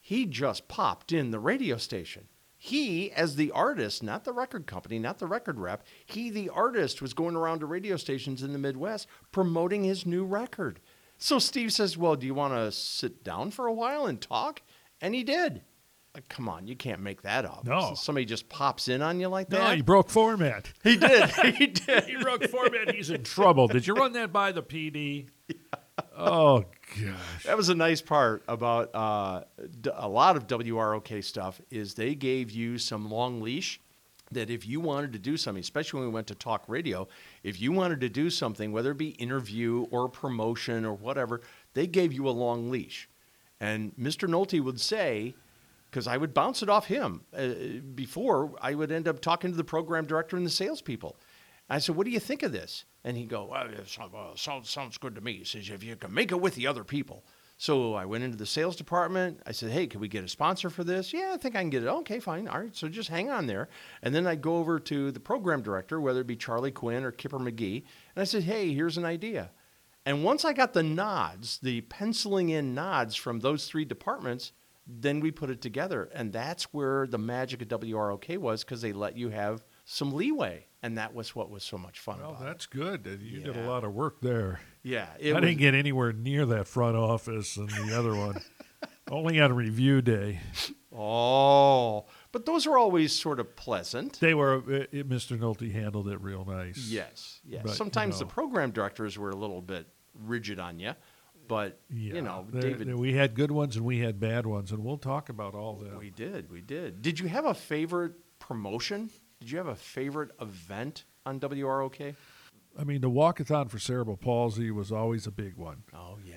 S2: he just popped in the radio station. He, as the artist, not the record company, not the record rep, he, the artist, was going around to radio stations in the Midwest promoting his new record. So Steve says, Well, do you want to sit down for a while and talk? And he did. Uh, come on, you can't make that up.
S3: No.
S2: Somebody just pops in on you like
S3: No,
S2: that?
S3: he broke format.
S2: he did. he did.
S3: He broke format. He's in trouble. Did you run that by the PD? Oh gosh.
S2: That was a nice part about uh, d- a lot of WROK stuff is they gave you some long leash that if you wanted to do something, especially when we went to talk radio, if you wanted to do something, whether it be interview or promotion or whatever, they gave you a long leash. And Mr. Nolte would say, because I would bounce it off him uh, before I would end up talking to the program director and the salespeople. I said, "What do you think of this?" And he go, well, it sounds, well, it sounds sounds good to me." He says, "If you can make it with the other people." So I went into the sales department. I said, "Hey, can we get a sponsor for this?" Yeah, I think I can get it. Okay, fine. All right. So just hang on there. And then I go over to the program director, whether it be Charlie Quinn or Kipper McGee, and I said, "Hey, here's an idea." And once I got the nods, the penciling in nods from those three departments, then we put it together. And that's where the magic of WROK was because they let you have some leeway. And that was what was so much fun
S3: Well,
S2: about it.
S3: that's good. You did a
S2: Yeah.
S3: lot of work there.
S2: Yeah, it
S3: I
S2: was,
S3: didn't get anywhere near that front office and the other one. Only on review day.
S2: oh, but those are always sort of pleasant.
S3: They were, uh, uh, Mr. Nolte handled it real nice.
S2: Yes, yes.
S3: But, you
S2: Sometimes
S3: know.
S2: the program directors were a little bit rigid on you, but
S3: Yeah.
S2: you know,
S3: There-
S2: David,
S3: there- we had good ones and we had bad ones, and we'll talk about all that.
S2: we did, we did. Did you have a favorite promotion? Did you have a favorite event on WROK?
S3: I mean, the walkathon for cerebral palsy was always a big one.
S2: Oh yeah,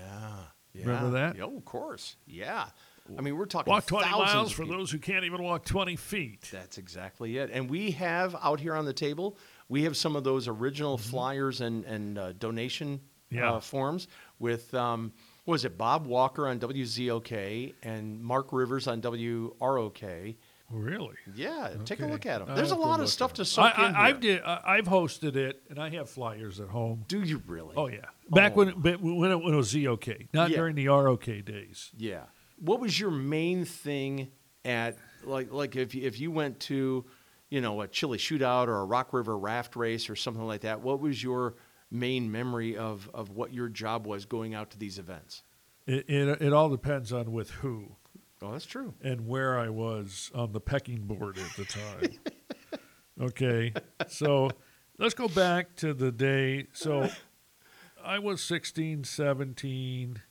S2: yeah.
S3: Remember that?
S2: Yeah, of course. Yeah. I mean, we're talking
S3: Walk 20
S2: thousands
S3: miles
S2: of
S3: for
S2: people.
S3: those who can't even walk 20 feet.
S2: That's exactly it. And we have out here on the table, we have some of those original flyers and, and uh, donation
S3: Mm-hmm. Yeah.
S2: uh, forms with, um, what was it Bob Walker on WZOK and Mark Rivers on WROK?
S3: Really?
S2: Yeah, take a
S3: Okay.
S2: look at them.
S3: I'll
S2: There's a
S3: have to
S2: lot
S3: look
S2: of
S3: at
S2: stuff
S3: 'em.
S2: to soak
S3: I,
S2: in.
S3: I, I've,
S2: here.
S3: did, I- I've hosted it, and I have flyers at home.
S2: Do you really?
S3: Oh, yeah. Back
S2: Oh.
S3: when, but when, it, when it was ZOK, not
S2: Yeah.
S3: during the ROK days.
S2: Yeah. What was your main thing at like like if you, if you went to, you know, a chili shootout or a Rock River raft race or something like that? What was your main memory of of what your job was going out to these events?
S3: It, it, it all depends on with who.
S2: Oh, that's true.
S3: and where I was on the pecking board at the time. okay, so let's go back to the day. So I was 16, 17,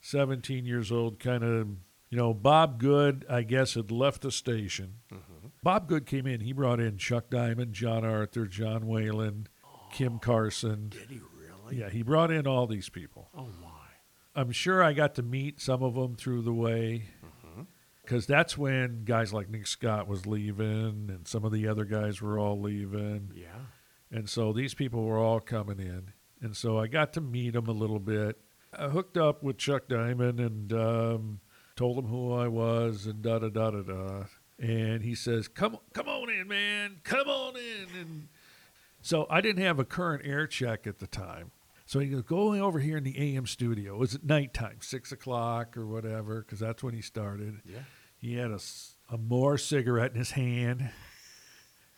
S3: 17 years old, kind of, you know, Bob Good, I guess, had left the station. Bob Good came in. He brought in Chuck Diamond, John Arthur, John Whalen, Kim Carson.
S2: Did he really?
S3: Yeah, he brought in all these people.
S2: Oh my.
S3: I'm sure I got to meet some of them through the way because that's when guys like Nick Scott was leaving and some of the other guys were all leaving.
S2: Yeah.
S3: And so these people were all coming in. And so I got to meet them a little bit. I hooked up with Chuck Diamond and um, told him who I was and da da da da da. And he says, "Come, come on in, man. Come on in." And so I didn't have a current air check at the time. So he goes, "Go over here in the AM studio. It was at nighttime, six o'clock or whatever, because that's when he started."
S2: Yeah.
S3: He had a, s- a more cigarette in his hand.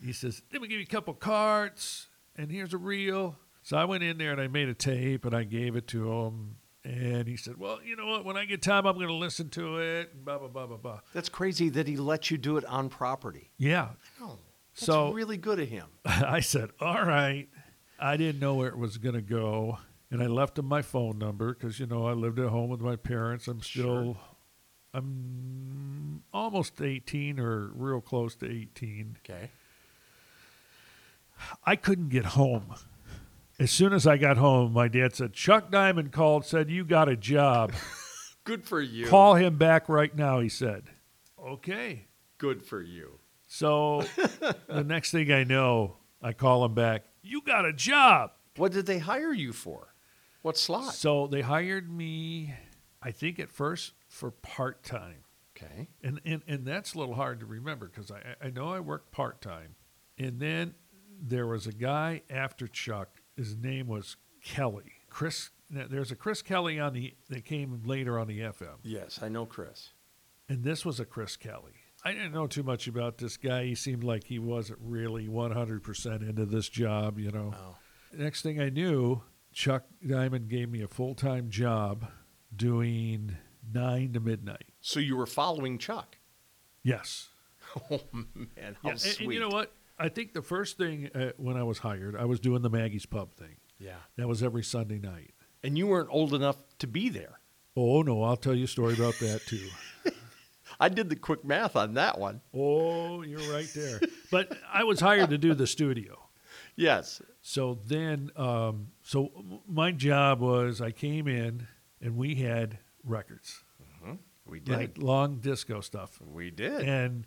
S3: He says, Let me give you a couple cards, and here's a reel. So I went in there and I made a tape and I gave it to him. And he said, Well, you know what? When I get time, I'm going to listen to it, and blah, blah, blah, blah, blah.
S2: That's crazy that he let you do it on property.
S3: Yeah.
S2: Oh. That's
S3: So-
S2: really good of him.
S3: I said, All right. I didn't know where it was going to go. And I left him my phone number because, you know, I lived at home with my parents. I'm still, I'm almost 18 or real close to 18.
S2: Okay.
S3: I couldn't get home. As soon as I got home, my dad said, Chuck Diamond called, said, You got a job.
S2: Good for you.
S3: Call him back right now, he said. Okay.
S2: Good for you.
S3: So the next thing I know, I call him back, You got a job.
S2: What did they hire you for? What slot?
S3: So they hired me, I think at first, for part time.
S2: okay.
S3: And, and, and that's a little hard to remember because I, I know I worked part time. And then there was a guy after Chuck. His name was Kelly. Chris. There's a Chris Kelly on the that came later on the FM,
S2: Yes, I know Chris.
S3: and this was a Chris Kelly. I didn't know too much about this guy. He seemed like he wasn't really 100% into this job, you know.
S2: Oh.
S3: Next thing I knew, Chuck Diamond gave me a full time job doing nine to midnight.
S2: So you were following Chuck.
S3: Yes.
S2: Oh man, how
S3: Yeah, and,
S2: sweet.
S3: and you know what? I think the first thing uh, when I was hired, I was doing the Maggie's Pub thing.
S2: Yeah.
S3: That was every Sunday night.
S2: And you weren't old enough to be there.
S3: Oh no, I'll tell you a story about that too.
S2: I did the quick math on that one.
S3: Oh, you're right there. But I was hired to do the studio.
S2: Yes.
S3: So then, um, so m- my job was I came in and we had records,
S2: We did.
S3: like long disco stuff.
S2: We did.
S3: And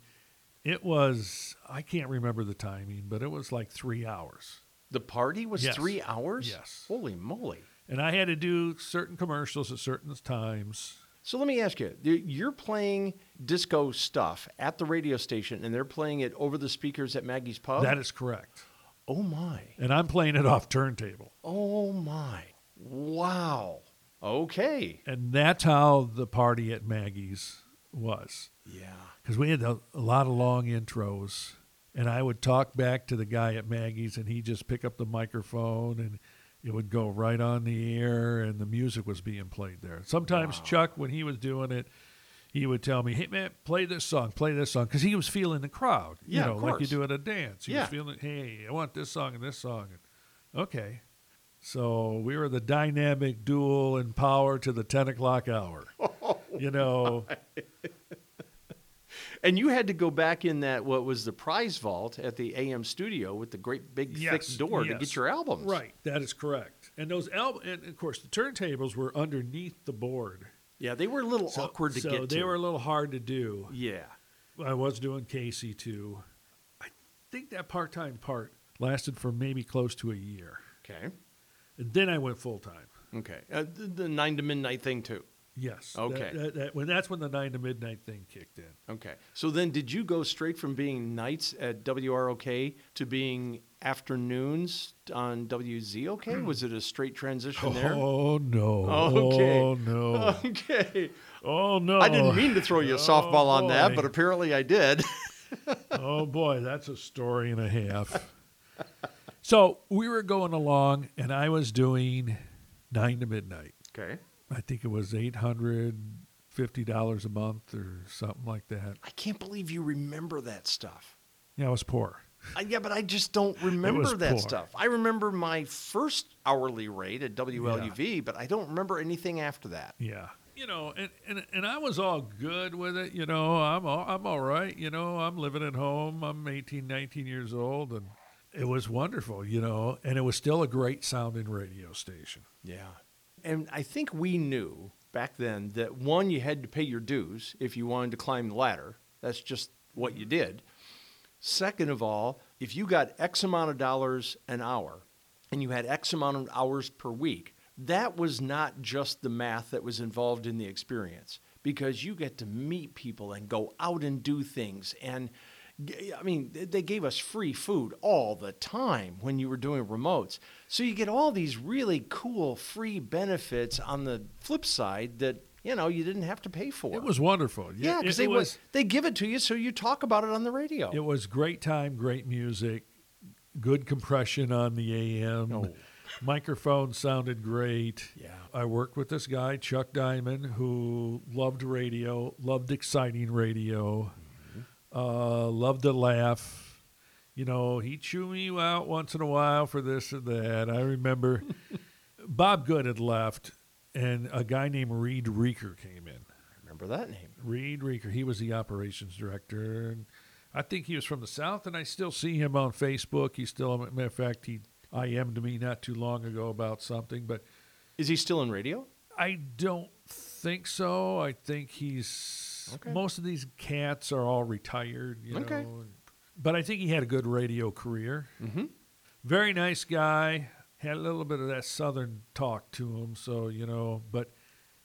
S3: it was, I can't remember the timing, but it was like three hours.
S2: the party was
S3: Yes.
S2: 3 hours?
S3: Yes.
S2: Holy moly.
S3: And I had to do certain commercials at certain times.
S2: So let me ask you, you- you're playing disco stuff at the radio station and they're playing it over the speakers at Maggie's Pub?
S3: That is correct.
S2: Oh my.
S3: And I'm playing it off turntable.
S2: Oh my. Wow. Okay.
S3: And that's how the party at Maggie's was.
S2: Yeah.
S3: because we had a, a lot of long intros, and I would talk back to the guy at Maggie's, and he'd just pick up the microphone and It would go right on the air, and the music was being played there. Sometimes Chuck, when he was doing it, he would tell me, "Hey man, play this song, play this song," because he was feeling the crowd. You
S2: Yeah,
S3: know,
S2: of
S3: like you
S2: course.
S3: do at a dance. He
S2: Yeah.
S3: was feeling, "Hey, I want this song and this song." And, okay, so we were the dynamic duel and power to the ten o'clock hour.
S2: Oh
S3: you know,
S2: And you had to go back in that what was the prize vault at the AM studio with the great big
S3: Yes,
S2: thick door to
S3: yes.
S2: get your albums.
S3: Right, that is correct. And those album, and of course, the turntables were underneath the board.
S2: Yeah, they were a little
S3: So-
S2: awkward to
S3: so
S2: get
S3: they
S2: to.
S3: were a little hard to do.
S2: yeah.
S3: I was doing Casey too. I think that part time part lasted for maybe close to a year,
S2: Okay.
S3: and then I went full time.
S2: Okay. Uh, the, the nine to midnight thing too.
S3: Yes. that-
S2: Okay.
S3: that- that- when that's when the nine to midnight thing kicked in.
S2: Okay. So then, did you go straight from being nights at WROK to being afternoons on WZOK? Was it a straight transition there?
S3: Hmm. Oh no!
S2: Okay.
S3: Oh no!
S2: Okay.
S3: Oh no!
S2: I didn't mean to throw you a softball on that,
S3: boy.
S2: but apparently I did.
S3: oh boy, that's a story and a half. so we were going along, and I was doing nine to midnight.
S2: Okay.
S3: I think it was eight hundred fifty dollars a month or something like that.
S2: I can't believe you remember that stuff.
S3: Yeah, I was poor.
S2: I, yeah, but I just don't remember
S3: was
S2: that
S3: poor.
S2: stuff. I remember my first hourly rate at WLUV, but I don't remember anything after that.
S3: Yeah. You know, and, and and I was all good with it. You know, I'm all, I'm all right. You know, I'm living at home. I'm 18, 19 years old, and it was wonderful. You know, and it was still a great sounding radio station.
S2: Yeah. And I think we knew back then that one, you had to pay your dues if you wanted to climb the ladder. That's just what you did. Second of all, if you got X amount of dollars an hour and you had X amount of hours per week, that was not just the math that was involved in the experience because you get to meet people and go out and do things. And g- I mean, th- they gave us free food all the time when you were doing remotes. So you get all these really cool free benefits on the flip side that, you know, you didn't have to pay for.
S3: It was wonderful.
S2: yeah,
S3: it-
S2: because
S3: it
S2: they was they give it to you so you talk about it on the radio.
S3: It was great time, great music, good compression on the AM. Microphone sounded great.
S2: Yeah.
S3: I worked with this guy, Chuck Diamond, who loved radio, loved exciting radio, uh, loved to laugh. You know, he chewed me out once in a while for this or that. I remember Bob Good had left, and a guy named Reed Reeker came in.
S2: Remember that name?
S3: Reed Reeker. He was the operations director. And I think he was from the South, and I still see him on Facebook. He's still, matter of fact, he IM'd me not too long ago about something, but
S2: Is he still in radio?
S3: I don't think so. I think he's
S2: Okay.
S3: most of these cats are all retired, you
S2: Okay.
S3: know. But I think he had a good radio career. Mm-hmm. Very nice guy. Had a little bit of that southern talk to him, so you know. But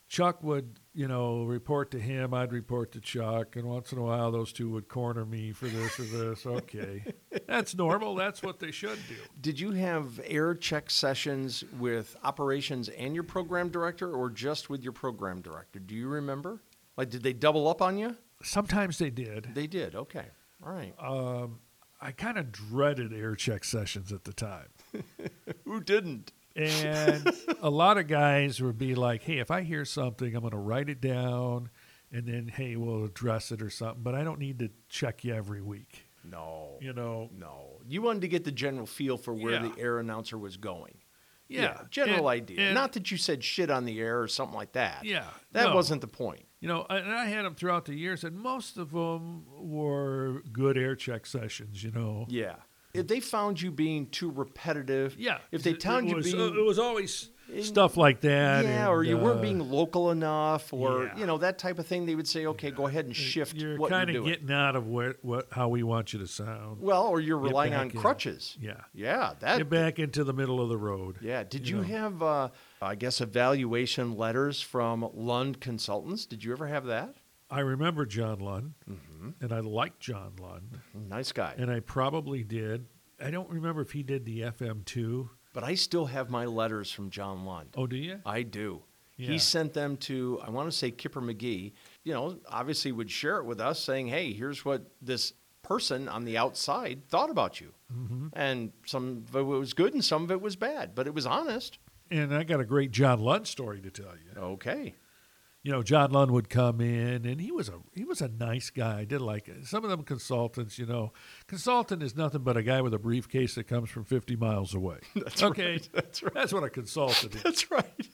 S3: Chuck would, you know, report to him. I'd report to Chuck, and once in a while, those two would corner me for this or this. Okay, that's normal. That's what they should do.
S2: Did you have air check sessions with operations and your program director or just with your program director? Do you remember? Like, did they double up on you?
S3: Sometimes they did.
S2: They did. Okay. All right.
S3: Uh, I kind of dreaded air check sessions at the time.
S2: Who didn't?
S3: And a lot of guys would be like, hey, if I hear something, I'm going to write it down and then, hey, we'll address it or something. But I don't need to check you every week.
S2: No.
S3: You know,
S2: No. You wanted to get the general feel for where
S3: Yeah.
S2: the air announcer was going.
S3: yeah.
S2: general
S3: And-
S2: idea.
S3: and-
S2: Not that you said shit on the air or something like that.
S3: Yeah,
S2: That
S3: no.
S2: wasn't the point.
S3: You know, and I had them throughout the years, and most of them were good air check sessions, you know.
S2: Yeah. If they found you being too repetitive,
S3: Yeah.
S2: If they
S3: it-
S2: found
S3: it
S2: you
S3: was, uh,
S2: being
S3: It was always stuff like that.
S2: yeah, or
S3: and,
S2: you weren't
S3: uh,
S2: being local enough, or
S3: yeah.
S2: you know that type of thing. They would say, okay, go ahead and shift
S3: You're
S2: what you're
S3: kind
S2: doing.
S3: of getting out of where, what, how we want you to sound.
S2: well, or you're
S3: Get
S2: relying
S3: back
S2: on
S3: in.
S2: crutches.
S3: Yeah.
S2: Yeah, that.
S3: Get back into the middle of the road.
S2: Yeah. Did
S3: you
S2: you,
S3: know.
S2: have, uh, I guess, evaluation letters from Lund Consultants? Did you ever have that?
S3: I remember John Lund,
S2: Mm-hmm.
S3: and I liked John Lund,
S2: Nice guy.
S3: and I probably did. I don't remember if he did the FM too.
S2: but I still have my letters from John Lund.
S3: Oh, do you?
S2: I do.
S3: Yeah.
S2: He sent them to, I want to say Kipper McGee, you know, obviously would share it with us saying, hey, here's what this person on the outside thought about you. And some of it was good and some of it was bad, but it was honest.
S3: And I got a great John Lund story to tell you.
S2: Okay.
S3: you know, John Lund would come in, and he was a he was a nice guy. I did like it. some of them consultants. You know, consultant is nothing but a guy with a briefcase that comes from fifty miles away. That's okay,
S2: right. That's right.
S3: That's what a consultant is.
S2: That's right.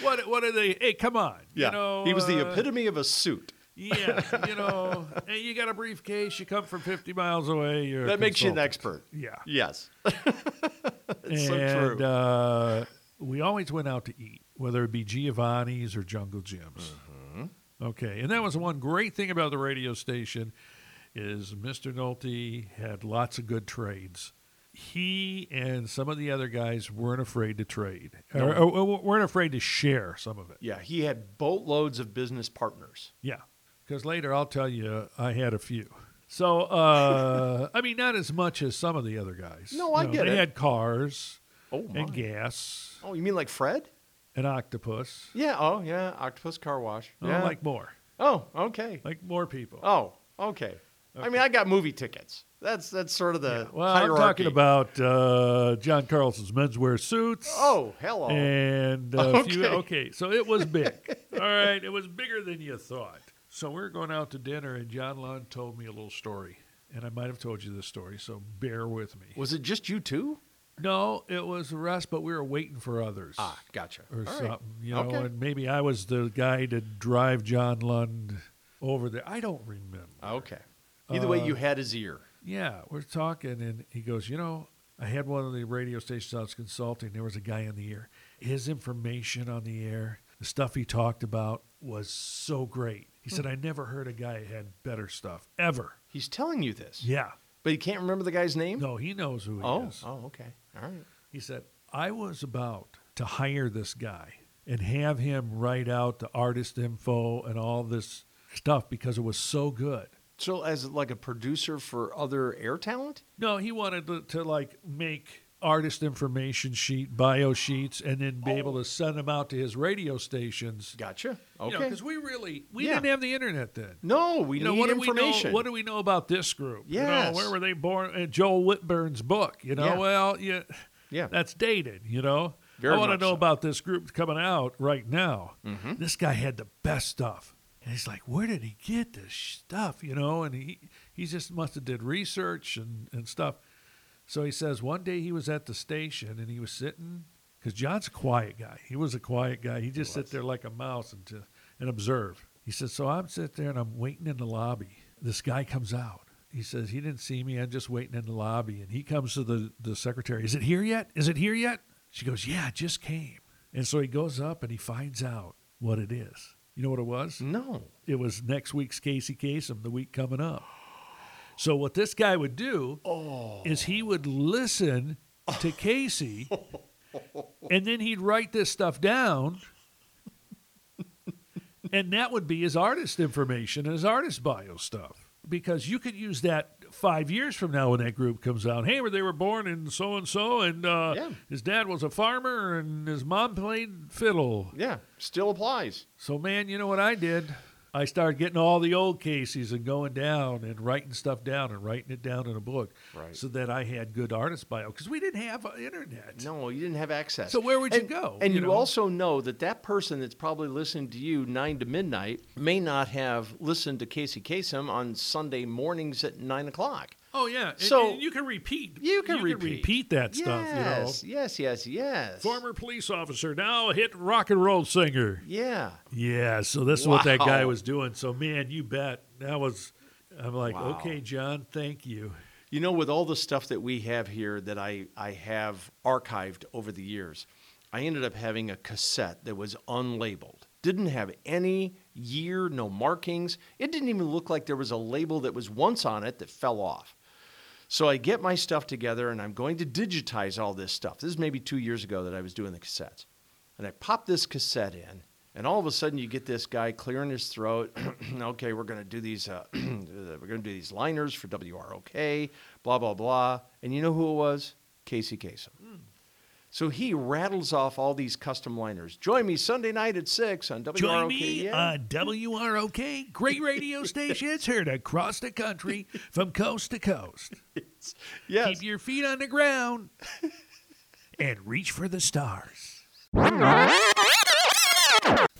S3: What what are they? Hey, come on.
S2: Yeah.
S3: you know,
S2: he was the
S3: uh,
S2: epitome of a suit.
S3: Yeah, you know, hey, you got a briefcase. You come from fifty miles away. You're a
S2: That makes you an
S3: consultant.
S2: expert.
S3: Yeah,
S2: Yes.
S3: and
S2: so true.
S3: Uh, we always went out to eat, whether it be Giovanni's or Jungle Jim's.
S2: Mm-hmm.
S3: Okay, and that was one great thing about the radio station is Mr. Nolte had lots of good trades. He and some of the other guys weren't afraid to trade, or, or- or weren't afraid to share some of it.
S2: Yeah, he had boatloads of business partners.
S3: Yeah, because later I'll tell you uh, I had a few. So uh, I mean, not as much as some of the other guys.
S2: No, I
S3: You know,
S2: get
S3: they
S2: it.
S3: had cars
S2: Oh my.
S3: and gas,
S2: Oh, you mean like Fred?
S3: an octopus.
S2: Yeah. Oh, yeah. Octopus car wash. Yeah.
S3: I like more,
S2: Oh, okay.
S3: like more people.
S2: Oh, okay. I mean, I got movie tickets. That's that's sort of the
S3: well,
S2: hierarchy.
S3: I'm talking about uh, John Carlson's menswear suits.
S2: Oh, hello.
S3: Eh. and uh, If you,
S2: Okay.
S3: okay, so it was big. All right, it was bigger than you thought. So we were going out to dinner, and John Lund told me a little story, and I might have told you this story, so bear with me.
S2: was it just you two?
S3: No, it was the rest, but we were waiting for others.
S2: Ah, gotcha.
S3: or
S2: All right.
S3: something, you know,
S2: Okay.
S3: and maybe I was the guy to drive John Lund over there. I don't remember.
S2: Okay. Either way,
S3: Uh,
S2: you had his ear.
S3: Yeah, we're talking, and he goes, You know, I had one of the radio stations I was consulting. There was a guy on the air. His information on the air, the stuff he talked about was so great. He
S2: Hmm.
S3: said, I never heard a guy had better stuff ever.
S2: He's telling you this,
S3: Yeah.
S2: but you can't remember the guy's name.
S3: No, he knows who he
S2: oh.
S3: is.
S2: Oh, okay. All right.
S3: He said, I was about to hire this guy and have him write out the artist info and all this stuff because it was so good.
S2: So, as like a producer for other air talent.
S3: No, he wanted to, to like make artist information sheet, bio sheets, and then be able
S2: Oh.
S3: to send them out to his radio stations.
S2: Gotcha. Okay.
S3: Because we really we
S2: Yeah.
S3: didn't have the internet then.
S2: no, we
S3: You
S2: need
S3: know, what do we
S2: information.
S3: know? What do we know about this group? Yeah,
S2: Yes.
S3: where were they born? Uh, Joel Whitburn's book. You know,
S2: Yeah.
S3: well, yeah,
S2: Yeah.
S3: that's dated. You know,
S2: Very
S3: I want to
S2: much
S3: know
S2: so. Mm-hmm.
S3: about this group coming out right now. This guy had the best stuff, and he's like, where did he get this stuff? You know, and he he just must have did research and and stuff. So he says one day he was at the station and he was sitting because John's a quiet guy. He was a quiet guy. He just sit there like a mouse and to, and observe. He says, so I'm sitting there and I'm waiting in the lobby. This guy comes out. He says he didn't see me. I'm just waiting in the lobby, and he comes to the the secretary. Is it here yet? Is it here yet? She goes, yeah, it just came. And so he goes up and he finds out what it is. You know what it was?
S2: No.
S3: It was next week's Casey Kasem, the week coming up. So what this guy would do is he would listen to Casey, and then he'd write this stuff down, and that would be his artist information and his artist bio stuff. Because you could use that five years from now when that group comes out. Hey, where they were born in so and so, and uh,
S2: Yeah.
S3: his dad was a farmer, and his mom played fiddle.
S2: Yeah. Still applies.
S3: So, man, you know what I did? I started getting all the old cases and going down and writing stuff down and writing it down in a book
S2: Right.
S3: so that I had good artist bio because we didn't have uh, internet.
S2: No, you didn't have access.
S3: So where would you
S2: And-
S3: go,
S2: And
S3: you
S2: you,
S3: know?
S2: also know that that person that's probably listening to you nine to midnight may not have listened to Casey Kasem on Sunday mornings at nine o'clock.
S3: Oh, yeah. And-
S2: So-
S3: and you can repeat.
S2: You can
S3: repeat.
S2: repeat.
S3: that stuff, you know.
S2: Yes, yes, yes, yes.
S3: Former police officer, now a hit rock and roll singer.
S2: Yeah.
S3: Yeah, so this is what that
S2: Wow.
S3: guy was doing. So, man, you bet. That was, I'm like,
S2: Wow.
S3: okay, John, thank you.
S2: You know, with all the stuff that we have here that I, I have archived over the years, I ended up having a cassette that was unlabeled. Didn't have any year, no markings. It didn't even look like there was a label that was once on it that fell off. So I get my stuff together and I'm going to digitize all this stuff. This is maybe two years ago that I was doing the cassettes. And I pop this cassette in, and all of a sudden you get this guy clearing his throat. okay, we're going to do these, uh, we're going to do these liners for
S3: Hmm.
S2: WROK, blah blah blah. And you know who it was? Casey Kasem. So he rattles off all these custom liners. Join me Sunday night at 6 on WROK.
S3: Join me
S2: Yeah.
S3: uh, on WROK, great radio station. It's heard across the country from coast to coast.
S2: yes.
S3: Keep your feet on the ground and reach for the stars.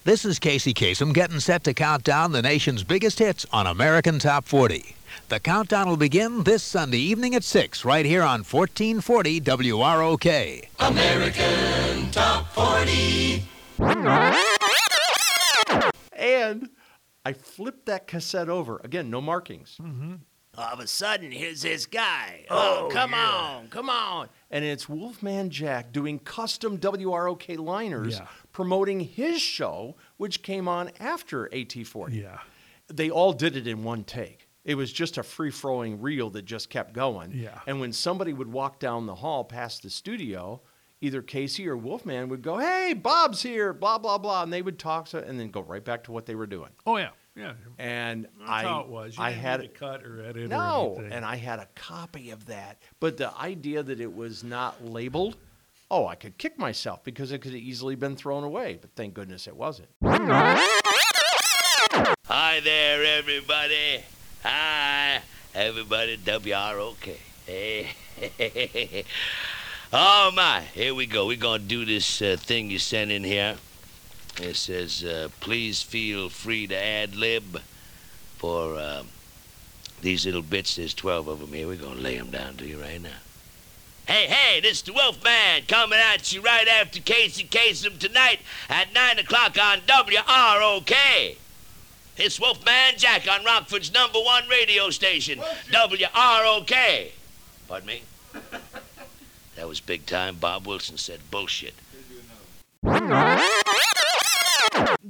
S4: This is Casey Kasem getting set to count down the nation's biggest hits on American Top 40. The countdown will begin this Sunday evening at 6 right here on 1440 WROK.
S2: And I flipped that cassette over. Again, no markings.
S5: All of a sudden, here's this guy. Oh, come on, come on.
S2: And it's Wolfman Jack doing custom WROK liners
S3: Yeah.
S2: promoting his show, which came on after AT40.
S3: Yeah.
S2: They all did it in one take. It was just a free flowing reel that just kept going.
S3: Yeah.
S2: And when somebody would walk down the hall past the studio, either Casey or Wolfman would go, Hey, Bob's here, blah, blah, blah. And they would talk so, and then go right back to what they were doing.
S3: Oh yeah. Yeah.
S2: And
S3: That's
S2: I,
S3: how it was. You
S2: I
S3: didn't
S2: had
S3: need to cut or edit or
S2: no,
S3: anything.
S2: and I had a copy of that. But the idea that it was not labeled, oh, I could kick myself because it could have easily been thrown away. But thank goodness it wasn't.
S5: Hi there, everybody. Hi, everybody. WROK. Hey. oh, my. Here we go. We're going to do this uh, thing you sent in here. It says, uh, please feel free to ad lib for um these little bits. There's 12 of them here. We're going to lay them down to you right now. Hey, hey, this is the Wolfman coming at you right after Casey Kasem tonight at 9 o'clock on WROK. It's Wolfman Jack on Rockford's number one radio station, WROK. Pardon me? that was big time. Bob Wilson said bullshit.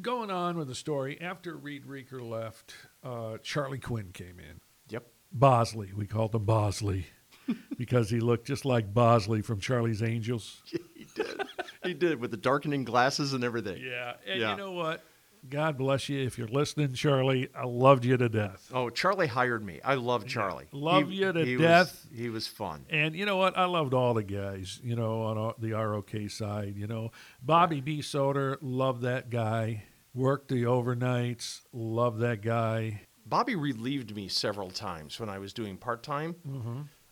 S3: Going on with the story, after Reed Reeker left, uh, Charlie Quinn came in.
S2: Yep.
S3: Bosley, we called him Bosley because he looked just like Bosley from Charlie's Angels.
S2: He did with the darkening glasses and everything.
S3: Yeah. And
S2: Yeah.
S3: you know what? God bless you if you're listening, Charlie. I loved you to death.
S2: Oh, Charlie hired me. I love Charlie.
S3: Love you to
S2: he
S3: death.
S2: Was, he was fun.
S3: And you know what? I loved all the guys, you know, on all- the ROK side. You know, Bobby B. Soder, loved that guy. Worked the overnights, loved that guy.
S2: Bobby relieved me several times when I was doing part time.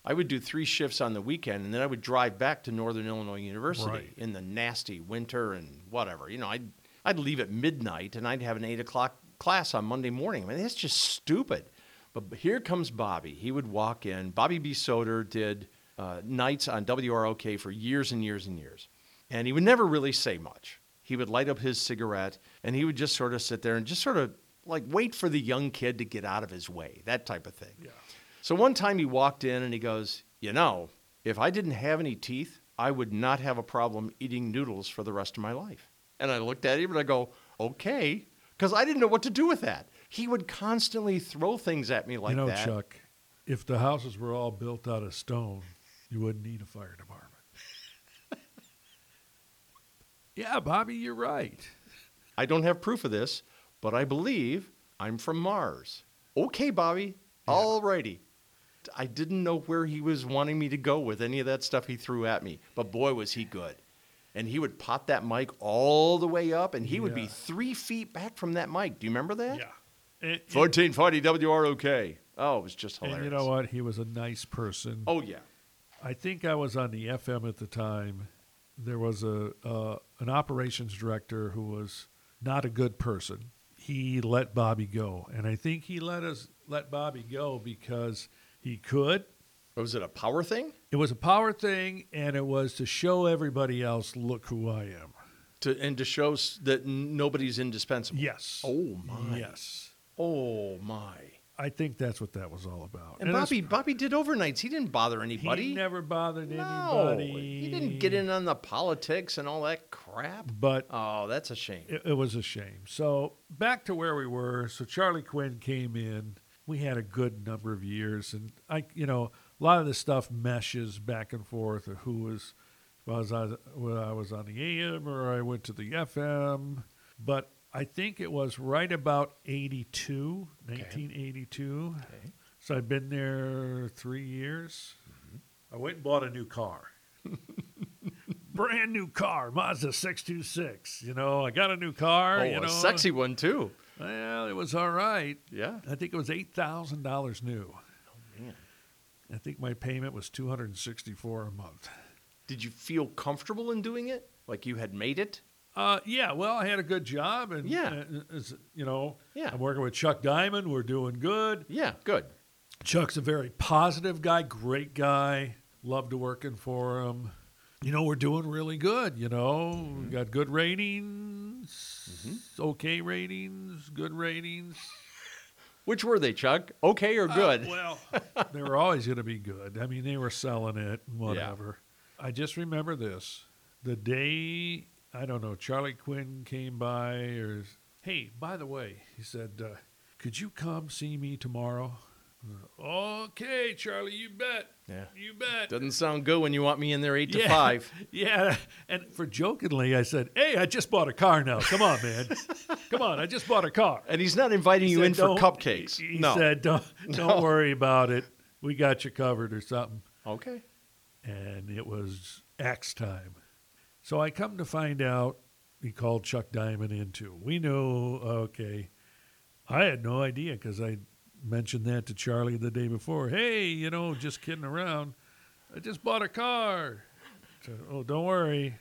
S2: I would do three shifts on the weekend, and then I would drive back to Northern Illinois University
S3: Right.
S2: in the nasty winter and whatever. You know, I'd I'd leave at midnight, and I'd have an eight o'clock class on Monday morning. I mean, that's just stupid. But here comes Bobby. He would walk in. Bobby B. Soder did uh, nights on WROK for years and years and years, and he would never really say much. He would light up his cigarette, and he would just sort of sit there and just sort of like wait for the young kid to get out of his way, that type of thing. So one time he walked in and he goes, You know, if I didn't have any teeth, I would not have a problem eating noodles for the rest of my life. And I looked at him and I go, Okay. Because I didn't know what to do with that. He would constantly throw things at me like
S3: you know,
S2: that.
S3: Chuck, if the houses were all built out of stone, you wouldn't need a fire department. yeah, Bobby, you're right.
S2: I don't have proof of this, but I believe I'm from Mars. Okay, Bobby. All righty. I didn't know where he was wanting me to go with any of that stuff he threw at me, but boy, was he good. And he would pop that mic all the way up, and he would be
S3: Yeah.
S2: three feet back from that mic. Do you remember that?
S3: Yeah. And,
S2: 1440 WROK. Oh, it was just hilarious.
S3: and you know what? He was a nice person.
S2: Oh, yeah.
S3: I think I was on the FM at the time. There was a uh, an operations director who was not a good person. He let Bobby go, and I think he let us let Bobby go because he could.
S2: Was it a power thing?
S3: It was a power thing, and it was to show everybody else, look who I am.
S2: To, and to show s- that n- nobody's indispensable.
S3: Yes.
S2: Oh, my.
S3: Yes.
S2: Oh, my.
S3: I think that's what that was all about.
S2: And,
S3: it's-
S2: Bobby, Bobby did overnights. He didn't bother
S3: he
S2: anybody.
S3: never bothered
S2: no,
S3: anybody.
S2: he didn't get in on the politics and all that crap.
S3: But
S2: Oh, that's a shame.
S3: it, it was a shame. So back to where we were. So Charlie Quinn came in. We had a good number of years, and I, you know, a lot of this stuff meshes back and forth of who was, if I was on, whether I was on the AM or I went to the FM. But I think it was right about 82, 1982. So I'd been there three years. I went and bought a new car. brand new car, Mazda 626. You know, I got a new car.
S2: Oh,
S3: you know,
S2: a sexy one too.
S3: Well, it was all right.
S2: Yeah. Oh,
S3: I think it was eight thousand dollars new.
S2: man.
S3: I think my payment was two hundred and sixty-four a month.
S2: Did you feel comfortable in doing it? Like you had made it?
S3: Uh, yeah, well, I had a good job, and
S2: Yeah.
S3: uh, is- you know,
S2: Yeah.
S3: I'm working with Chuck Diamond. We're doing good.
S2: Yeah, good.
S3: Chuck's a very positive guy, great guy. Loved working for him. You know, we're doing really good. You know, we got good ratings, okay ratings, good ratings.
S2: Which were they, Chuck? Okay or
S3: Uh,
S2: good?
S3: well, they were always going to be good. I mean, they were selling it, whatever. I just remember this the day, I don't know, Charlie Quinn came by, or, hey, by the way, he said, uh, could you come see me tomorrow? Okay, Charlie, you bet.
S2: Yeah.
S3: You bet.
S2: Doesn't sound good when you want me in there eight to
S3: Yeah.
S2: five.
S3: Yeah. And for jokingly, I said, hey, I just bought a car now. Come on, man. come on, I just bought a car.
S2: And he's not inviting
S3: He
S2: you
S3: said,
S2: in for
S3: "Don't-"
S2: cupcakes.
S3: He
S2: no.
S3: said, "Don't don't
S2: No.
S3: worry about it. We got you covered or something."
S2: okay.
S3: And it was axe time. So I come to find out he called Chuck Diamond in too. We knew, okay. I had no idea because I mentioned that to Charlie the day before. Hey, you know, just kidding around. I just bought a car. So, oh, don't worry.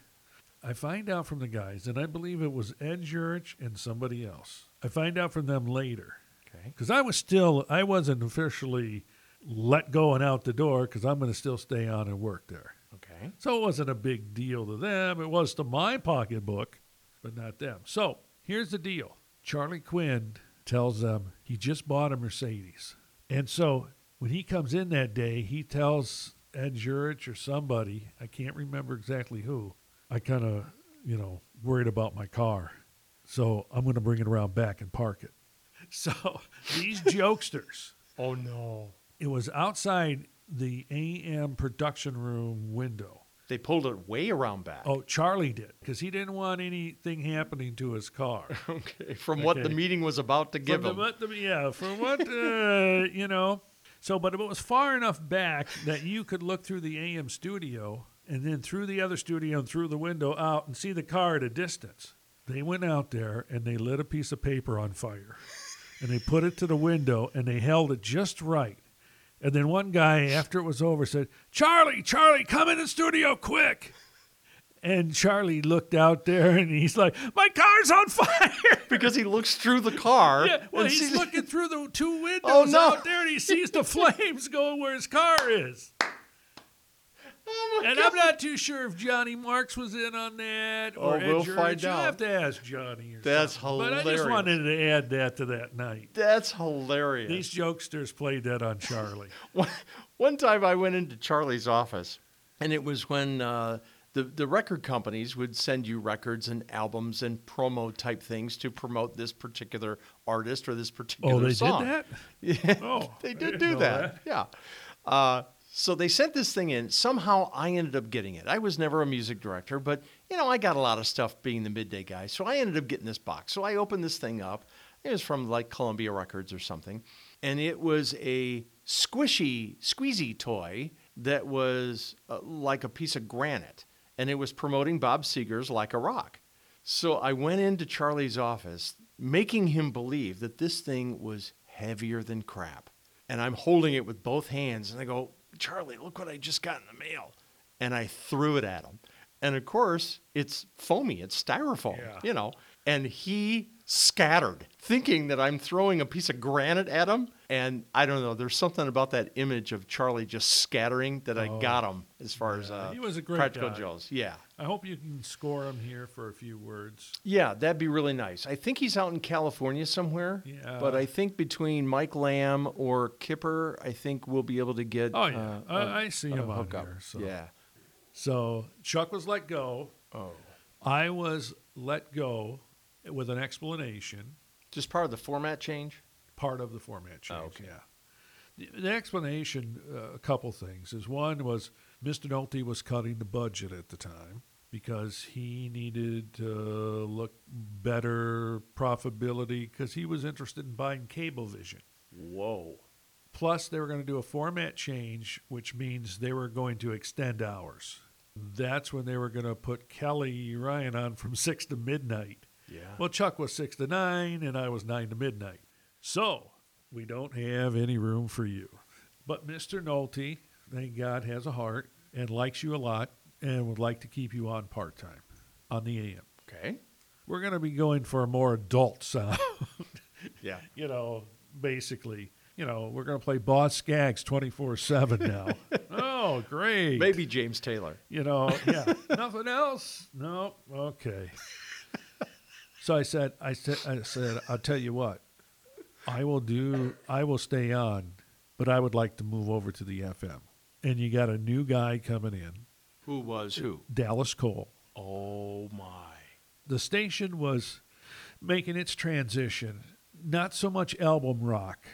S3: I find out from the guys, and I believe it was Ed Jurich and somebody else. I find out from them later
S2: Okay.
S3: because I was still I wasn't officially let go and out the door because I'm going to still stay on and work there.
S2: Okay.
S3: So it wasn't a big deal to them. It was to my pocketbook, but not them. So here's the deal: Charlie Quinn tells them he just bought a Mercedes, and so when he comes in that day, he tells Ed Jurich or somebody I can't remember exactly who. I kind of you know worried about my car, so I'm going to bring it around back and park it. So these jokesters.
S2: Oh no.
S3: It was outside the AM production room window.
S2: They pulled it way around back.
S3: Oh, Charlie did because he didn't want anything happening to his car.
S2: Okay. From what the
S3: Okay.
S2: meeting was about to give
S3: From
S2: him.
S3: the- what the- yeah, for what uh, you know. So, but it was far enough back that you could look through the AM studio and then through the other studio and through the window out and see the car at a distance. They went out there and they lit a piece of paper on fire, and they put it to the window and they held it just right. And then one guy, after it was over, said, "Charlie, Charlie, come in the studio quick." And Charlie looked out there and he's like, "My car's on fire."
S2: because he looks through the car.
S3: Yeah, well,
S2: and
S3: he's
S2: sees-
S3: looking through the two windows
S2: Oh, no.
S3: out there, and he sees the flames going where his car is.
S2: Oh, my
S3: And
S2: God.
S3: I'm not too sure if Johnny Marks was in on that. Or
S2: Oh,
S3: Ed
S2: we'll
S3: George.
S2: find
S3: You'll
S2: out.
S3: have to ask Johnny. Or
S2: That's
S3: something. But I
S2: hilarious.
S3: just wanted to add that to that night.
S2: That's hilarious.
S3: These jokesters played that on Charlie.
S2: One- one time I went into Charlie's office, and it was when uh, the the record companies would send you records and albums and promo type things to promote this particular artist or this particular
S3: oh, they
S2: song.
S3: did that. Oh,
S2: They
S3: I
S2: did
S3: didn't
S2: do
S3: know
S2: that. Yeah. Uh, so they sent this thing in. Somehow I ended up getting it. I was never a music director, but you know I got a lot of stuff being the midday guy. So I ended up getting this box. So I opened this thing up. It was from like Columbia Records or something, and it was a squishy, squeezy toy that was uh, like a piece of granite, and it was promoting Bob Seger's "Like a Rock." So I went into Charlie's office, making him believe that this thing was heavier than crap. And I'm holding it with both hands, and I go, Charlie, look what I just got in the mail. And I threw it at him. And of course, it's foamy, it's styrofoam,
S3: Yeah.
S2: you know. And he scattered, thinking that I'm throwing a piece of granite at him. And I don't know, there's something about that image of Charlie just scattering that I got him as far as uh,
S3: Oh. He was a great
S2: practical
S3: guy.
S2: jokes. Yeah.
S3: I hope you can score him here for a few words.
S2: Yeah, that'd be really nice. I think he's out in California somewhere.
S3: Yeah.
S2: But I think between Mike Lamb or Kipper, I think we'll be able to get.
S3: Oh yeah,
S2: uh,
S3: I,
S2: uh,
S3: I see
S2: a
S3: him on
S2: hookup.
S3: here. So.
S2: Yeah.
S3: So Chuck was let go.
S2: Oh.
S3: I was let go with an explanation,
S2: Just part of the format change.
S3: part of the format change.
S2: okay.
S3: Yeah. The, the explanation, uh, a couple things, is one was Mr. Nolte was cutting the budget at the time because he needed to look better profitability because he was interested in buying Cablevision.
S2: Whoa.
S3: Plus, they were going to do a format change, which means they were going to extend hours. that's when they were going to put Kelly Ryan on from six to midnight.
S2: Yeah.
S3: Well, Chuck was six to nine, and I was nine to midnight. So we don't have any room for you. But Mr. Nolte, thank God, has a heart and likes you a lot and would like to keep you on part time on the AM.
S2: Okay.
S3: We're going to be going for a more adult sound.
S2: Yeah.
S3: you know, basically, you know, we're going to play Boss Skaggs 24 7 now. oh, great.
S2: Maybe James Taylor.
S3: You know, yeah. Nothing else? No. Okay. so I said, I said, I said, I'll tell you what. I will do. I will stay on, but I would like to move over to the FM. And you got a new guy coming in,
S2: Who was who?
S3: Dallas Cole.
S2: Oh my.
S3: The station was making its transition, not so much album rock,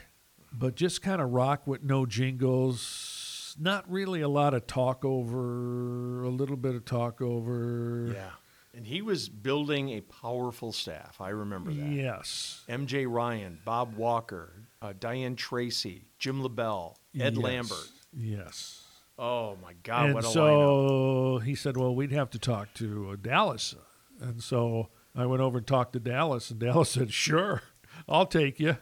S3: but just kind of rock with no jingles. Not really a lot of talk over, a little bit of talk over.
S2: Yeah. And he was building a powerful staff. I remember that.
S3: Yes.
S2: MJ Ryan, Bob Walker, uh, Diane Tracy, Jim LaBelle, Ed
S3: Yes.
S2: Lambert.
S3: Yes.
S2: Oh my God,
S3: and
S2: what a lineup.
S3: so he said, "Well, we'd have to talk to uh, Dallas." And so I went over and talked to Dallas, and Dallas said, "Sure, I'll take you."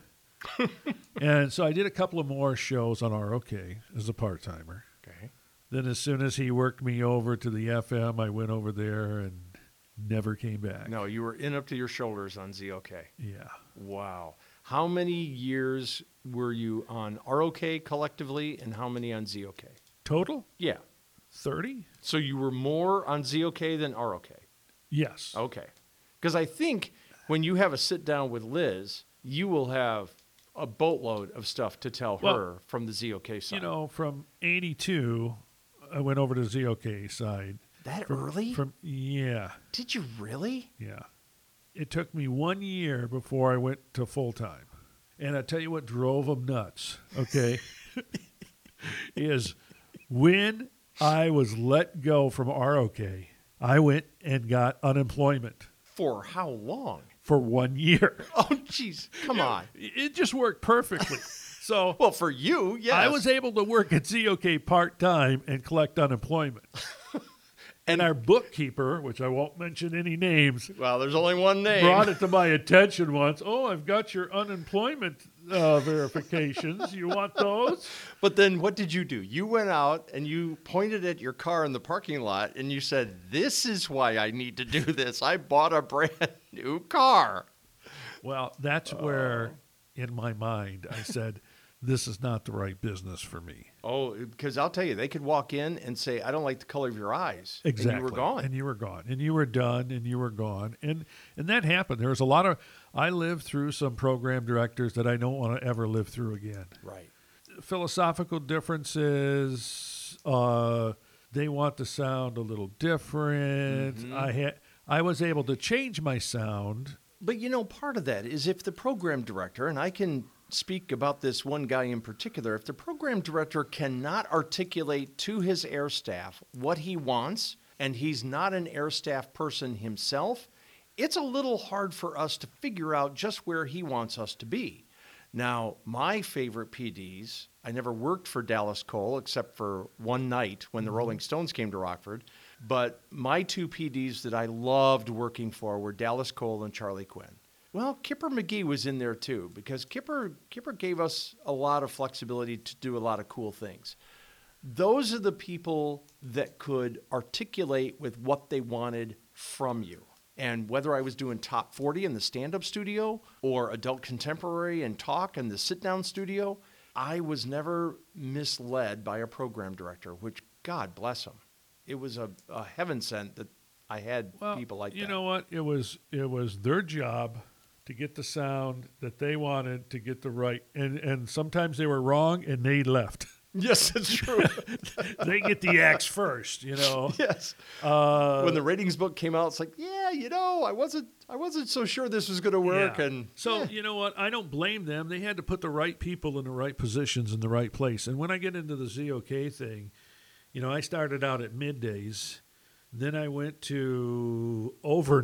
S3: and so I did a couple of more shows on ROK as a part timer.
S2: Okay.
S3: Then, as soon as he worked me over to the FM, I went over there and never came back.
S2: No, you were in up to your shoulders on ZOK.
S3: Yeah.
S2: Wow. How many years were you on ROK collectively and how many on ZOK?
S3: Total
S2: Yeah.
S3: thirty.
S2: So you were more on ZOK than ROK.
S3: Yes.
S2: Okay. Because I think when you have a sit down with Liz, you will have a boatload of stuff to tell
S3: Well,
S2: her from the ZOK side.
S3: You know, from '82, I went over to ZOK side.
S2: that
S3: From,
S2: early?
S3: From yeah.
S2: Did you really?
S3: Yeah. It took me one year before I went to full time. And I tell you what drove them nuts, okay, is when I was let go from ROK, I went and got unemployment
S2: For how long?
S3: for one year.
S2: Oh, jeez. Come on.
S3: It just worked perfectly. So
S2: Well, for you, yes.
S3: I was able to work at ZOK part time and collect unemployment. and our bookkeeper, which I won't mention any names,
S2: Well, there's only one name.
S3: brought it to my attention once. Oh, I've got your unemployment uh, verifications. You want those?
S2: But then what did you do? You went out and you pointed at your car in the parking lot and you said, This is why I need to do this. I bought a brand new car.
S3: Well, that's where, in my mind, I said, "This is not the right business for me."
S2: Oh, because I'll tell you, they could walk in and say, I don't like the color of your eyes.
S3: Exactly.
S2: And you were gone.
S3: And you were gone. And you were done. And you were gone. And and that happened. There was a lot of. I lived through some program directors that I don't want to ever live through again.
S2: right.
S3: philosophical differences. Uh, they want the sound a little different.
S2: Mm-hmm.
S3: I had I was able to change my sound.
S2: But you know, part of that is if the program director, and I can speak about this one guy in particular, if the program director cannot articulate to his air staff what he wants, and he's not an air staff person himself, it's a little hard for us to figure out just where he wants us to be. Now, my favorite PDs, I never worked for Dallas Cole except for one night when the Rolling Stones came to Rockford. But my two PDs that I loved working for were Dallas Cole and Charlie Quinn. Well, Kipper McGee was in there too because Kipper Kipper gave us a lot of flexibility to do a lot of cool things. Those are the people that could articulate with what they wanted from you. And whether I was doing top 40 in the stand up studio or adult contemporary and talk in the sit down studio, I was never misled by a program director, which God bless him. It was a, a heaven sent that I had
S3: Well,
S2: people like
S3: you
S2: that.
S3: know what? It was it was their job to get the sound that they wanted to get the right, and and sometimes they were wrong and they left.
S2: Yes, that's true.
S3: they get the axe first, you know.
S2: yes.
S3: Uh,
S2: when the ratings book came out, it's like, yeah, you know, I wasn't I wasn't so sure this was gonna work
S3: Yeah.
S2: and
S3: so you know what? I don't blame them. They had to put the right people in the right positions in the right place. And when I get into the ZOK thing, you know, I started out at middays, then I went to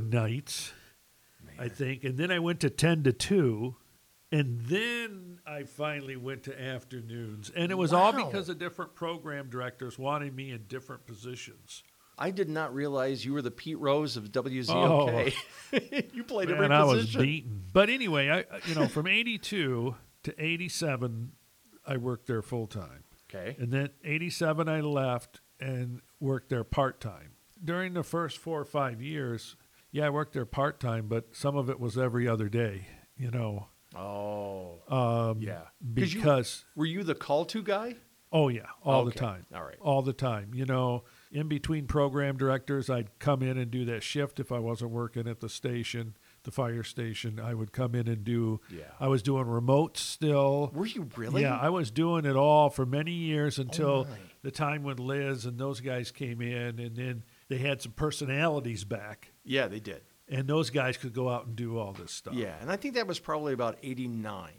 S3: overnights, I think, and then I went to ten to two, and then I finally went to afternoons. And it was all
S2: Wow.
S3: because of different program directors wanting me in different positions.
S2: I did not realize you were the Pete Rose of WZOK. you played every
S3: Oh. Man, I was
S2: position.
S3: beaten. But anyway, I I- you know from '82 to '87, I worked there full time.
S2: Okay.
S3: And then 87, I left and worked there part time. During the first four or five years, yeah, I worked there part time, but some of it was every other day, you know,
S2: Oh. yeah. 'Cause you-
S3: Um, because,
S2: were you the call to guy?
S3: oh, yeah, all
S2: Okay.
S3: the time.
S2: All right.
S3: All the time. You know, in between program directors, I'd come in and do that shift if I wasn't working at the station, the fire station. I would come in and do,
S2: Yeah.
S3: I was doing remotes still.
S2: Were you really? Oh,
S3: Yeah, I was doing it all for many years until the time when Liz and those guys came in, and then they had some personalities back,
S2: yeah, they did.
S3: and those guys could go out and do all this stuff.
S2: Yeah, and I think that was probably about 89,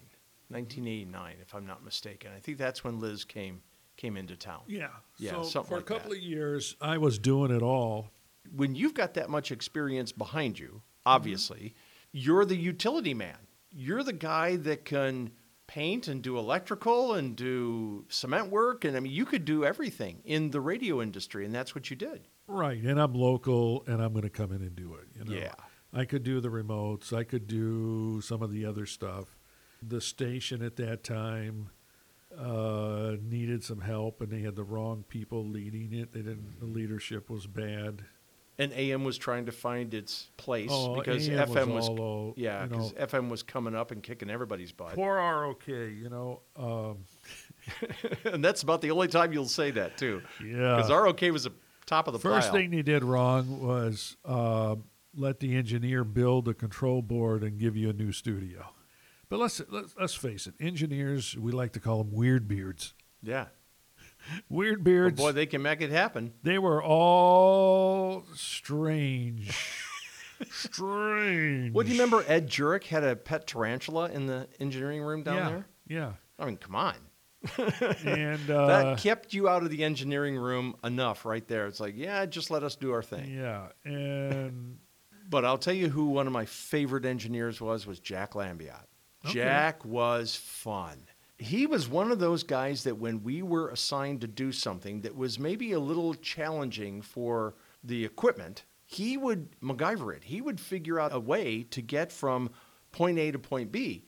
S2: 1989, if I'm not mistaken. I think that's when Liz came came into town.
S3: yeah,
S2: Yeah,
S3: So
S2: something
S3: for a
S2: like that.
S3: couple of years, I was doing it all.
S2: When you've got that much experience behind you, obviously, you're the utility man. You're the guy that can paint and do electrical and do cement work and I mean you could do everything in the radio industry and that's what you did.
S3: Right, and I'm local, and I'm going to come in and do it. You know?
S2: Yeah.
S3: I could do the remotes. I could do some of the other stuff. The station at that time uh, needed some help, and they had the wrong people leading it. They didn't. The leadership was bad.
S2: And AM was trying to find its place
S3: Oh,
S2: because
S3: AM was
S2: FM was,
S3: all o-
S2: yeah,
S3: you know.
S2: because FM was coming up and kicking everybody's butt.
S3: Poor ROK, you know. Um,
S2: and that's about the only time you'll say that too.
S3: Yeah.
S2: because ROK was the top of the
S3: first
S2: pile.
S3: thing they did wrong was uh, let the engineer build a control board and give you a new studio. But let's, let's let's face it, engineers we like to call them weird beards.
S2: yeah,
S3: Weird
S2: But
S3: beards.
S2: boy, they can make it happen.
S3: they were all strange. strange.
S2: Well, do you remember Ed Jurek had a pet tarantula in the engineering room down
S3: yeah,
S2: there?
S3: Yeah.
S2: I mean, come on,
S3: And
S2: that
S3: uh,
S2: kept you out of the engineering room enough, right there. It's like, yeah, just let us do our thing.
S3: yeah, and
S2: But I'll tell you who one of my favorite engineers was was Jack Lambiot.
S3: Okay.
S2: Jack was fun. He was one of those guys that when we were assigned to do something that was maybe a little challenging for the equipment, he would MacGyver it. He would figure out a way to get from point A to point B.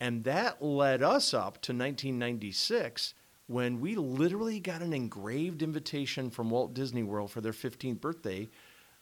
S2: And that led us up to 1996 when we literally got an engraved invitation from Walt Disney World for their 15th birthday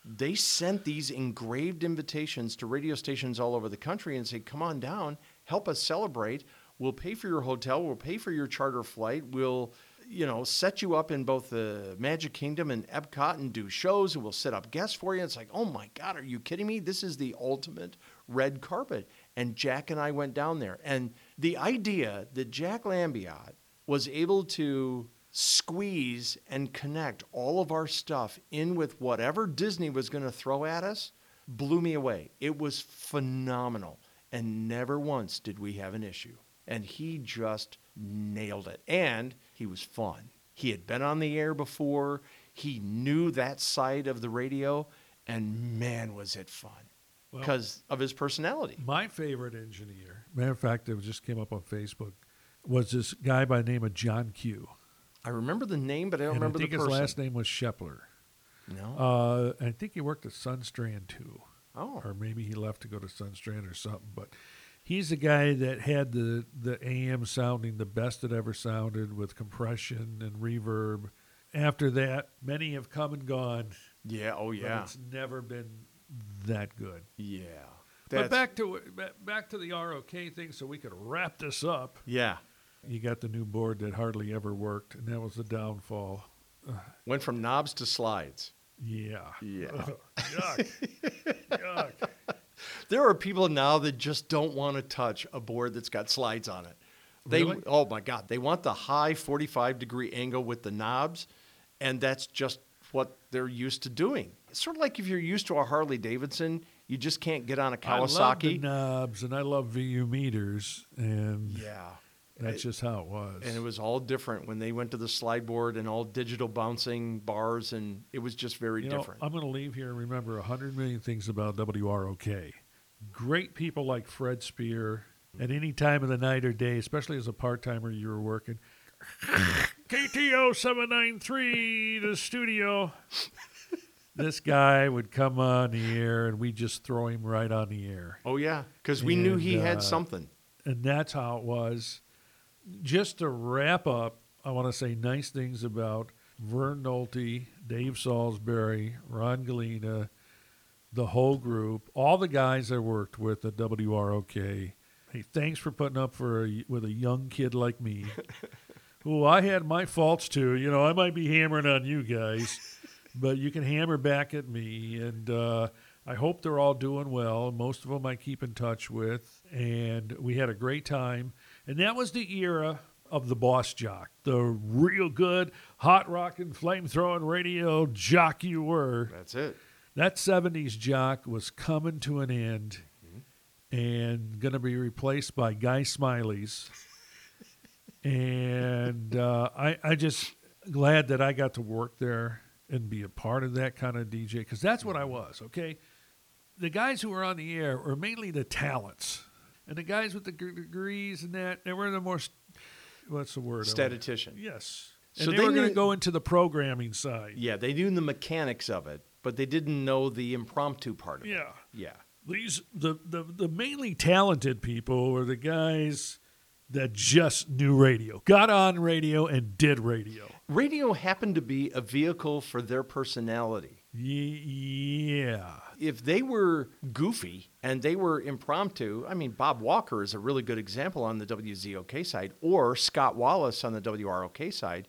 S2: they sent these engraved invitations to radio stations all over the country and said, come on down, help us celebrate. We'll pay for your hotel. We'll pay for your charter flight. We'll, you know, set you up in both the Magic Kingdom and Epcot and do shows and we'll set up guests for you. It's like, oh my God, are you kidding me? This is the ultimate red carpet. And Jack and I went down there. And the idea that Jack Lambiot was able to squeeze and connect all of our stuff in with whatever Disney was going to throw at us blew me away. It was phenomenal. And never once did we have an issue. And he just nailed it. And he was fun. He had been on the air before, he knew that side of the radio. And man, was it fun
S3: Well-
S2: because of his personality.
S3: My favorite engineer, matter of fact, it just came up on Facebook, was this guy by the name of John Q.
S2: I remember the name, but I don't
S3: and
S2: remember
S3: I think
S2: the
S3: his
S2: person.
S3: last name was Shepler.
S2: no.
S3: Uh, I think he worked at Sunstrand too,
S2: oh.
S3: or maybe he left to go to Sunstrand or something. But he's the guy that had the the AM sounding the best it ever sounded with compression and reverb. After that, many have come and gone,
S2: Yeah. Oh,
S3: but
S2: yeah.
S3: it's never been that good.
S2: Yeah.
S3: but back to back to the ROK thing, so we could wrap this up.
S2: yeah.
S3: You got the new board that hardly ever worked, and that was the downfall.
S2: Went from knobs to slides.
S3: Yeah.
S2: Yeah.
S3: Yuck. Yuck.
S2: There are people now that just don't want to touch a board that's got slides on it. They
S3: Really?
S2: oh my god, they want the high 45 degree angle with the knobs and that's just what they're used to doing. It's sort of like if you're used to a Harley Davidson, you just can't get on a
S3: I love the
S2: Kawasaki.
S3: knobs, and I love VU meters, and
S2: yeah.
S3: that's just how it was.
S2: And it was all different when they went to the slide board and all digital bouncing bars and it was just very
S3: you know,
S2: different.
S3: I'm going to leave here and remember a hundred million things about WROK. Great people like Fred Spear
S2: Mm-hmm.
S3: at any time of the night or day, especially as a part timer you were working. KTO seven nine three, the studio. this guy would come on the air and we just throw him right on the air.
S2: Oh yeah, because we knew
S3: And,
S2: he
S3: uh,
S2: had something.
S3: And that's how it was. Just to wrap up, I want to say nice things about Vern Nolte, Dave Salisbury, Ron Galena, the whole group, all the guys I worked with at WROK. Hey, thanks for putting up for a, with a young kid like me, who I had my faults too. You know, I might be hammering on you guys, but you can hammer back at me. And uh, I hope they're all doing well. Most of them I keep in touch with, and we had a great time. And that was the era of the boss jock, the real good hot rockin', flame throwing radio jock you were
S2: That's it.
S3: that 70s jock was coming to an end and going to be replaced by Guy Smiley's. and uh, I, I just glad that I got to work there and be a part of that kind of DJ because that's what I was, okay? The guys who were on the air were mainly the talents. And the guys with the gr- degrees and that, they were the more, st- what's the word? I want-
S2: Statistician.
S3: Yes. And
S2: So
S3: they,
S2: they
S3: were going to
S2: knew-
S3: go into the programming side.
S2: Yeah, they knew the mechanics of it, but they didn't know the impromptu part of it.
S3: Yeah.
S2: Yeah.
S3: these the, the the mainly talented people were the guys that just knew radio, got on radio and did radio.
S2: Radio happened to be a vehicle for their personality.
S3: Ye- Yeah,
S2: If they were goofy and they were impromptu, I mean, Bob Walker is a really good example on the WZOK side, or Scott Wallace on the WROK side.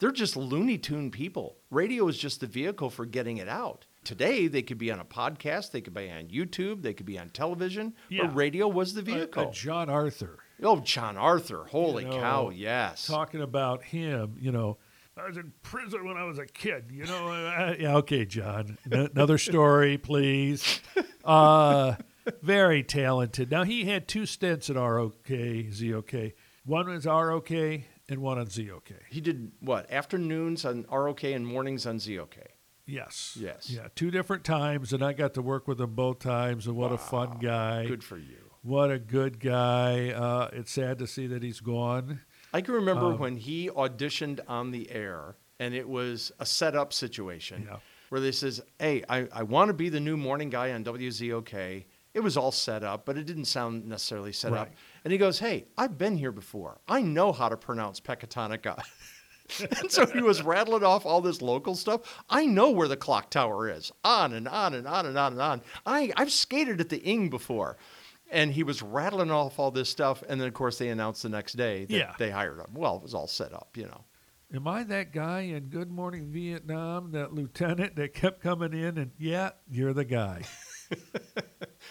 S2: They're just Looney Tune people. Radio is just the vehicle for getting it out. Today, they could be on a podcast, they could be on YouTube, they could be on television,
S3: Yeah.
S2: but radio was the
S3: A- a
S2: vehicle.
S3: John Arthur
S2: Oh, John Arthur. Holy
S3: You know,
S2: cow, yes.
S3: talking about him. You know, I was in prison when I was a kid. You know, uh, yeah, okay, John. N- another story, please. Uh, very talented. Now he had two stints at ROK ZOK. One was ROK and one on ZOK.
S2: He did what? Afternoons on ROK and mornings on ZOK.
S3: Yes.
S2: Yes.
S3: Yeah, two different times, and I got to work with him both times. And what a fun guy!
S2: Good for you.
S3: What a good guy! Uh, it's sad to see that he's gone.
S2: I can remember
S3: Um,
S2: when he auditioned on the air, and it was a setup situation
S3: Yeah.
S2: where they says, "Hey, I, I want to be the new morning guy on WZOK." It was all set up, but it didn't sound necessarily set up.
S3: Right.
S2: And he goes, "Hey, I've been here before. I know how to pronounce Pecatonica." and so he was rattling off all this local stuff. I know where the clock tower is. On and on and on and on and on. I I've skated at the Ing before. And he was rattling off all this stuff, and then of course they announced the next day that
S3: Yeah.
S2: they hired him. Well, it was all set up, you know.
S3: Am I that guy in Good Morning Vietnam, that lieutenant that kept coming in? And yeah, you're the guy.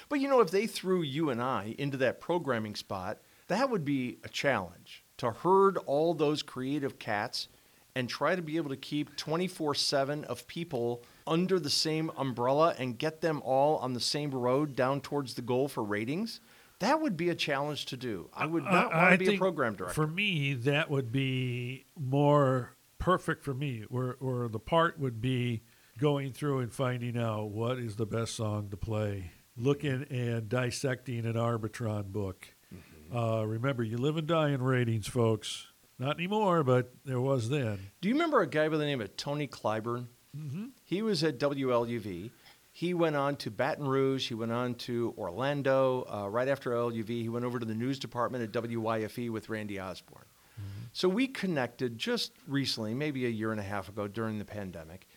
S2: But you know, if they threw you and I into that programming spot, that would be a challenge to herd all those creative cats and try to be able to keep 24 7 of people under the same umbrella and get them all on the same road down towards the goal for ratings. That would be a challenge to do. I would not want
S3: I- I
S2: to be a
S3: think
S2: program director.
S3: For me, that would be more perfect for me, where, where the part would be going through and finding out what is the best song to play, looking and dissecting an Arbitron book.
S2: Mm-hmm.
S3: Uh, remember, you live and die in ratings, folks. Not anymore, but there was then.
S2: Do you remember a guy by the name of Tony Clyburn? Mm-hmm. He was at WLUV. He went on to Baton Rouge. He went on to Orlando. Uh, right after LUV, he went over to the news department at WYFE E with Randy Osborne. So we connected just recently, maybe a year and a half ago during the pandemic.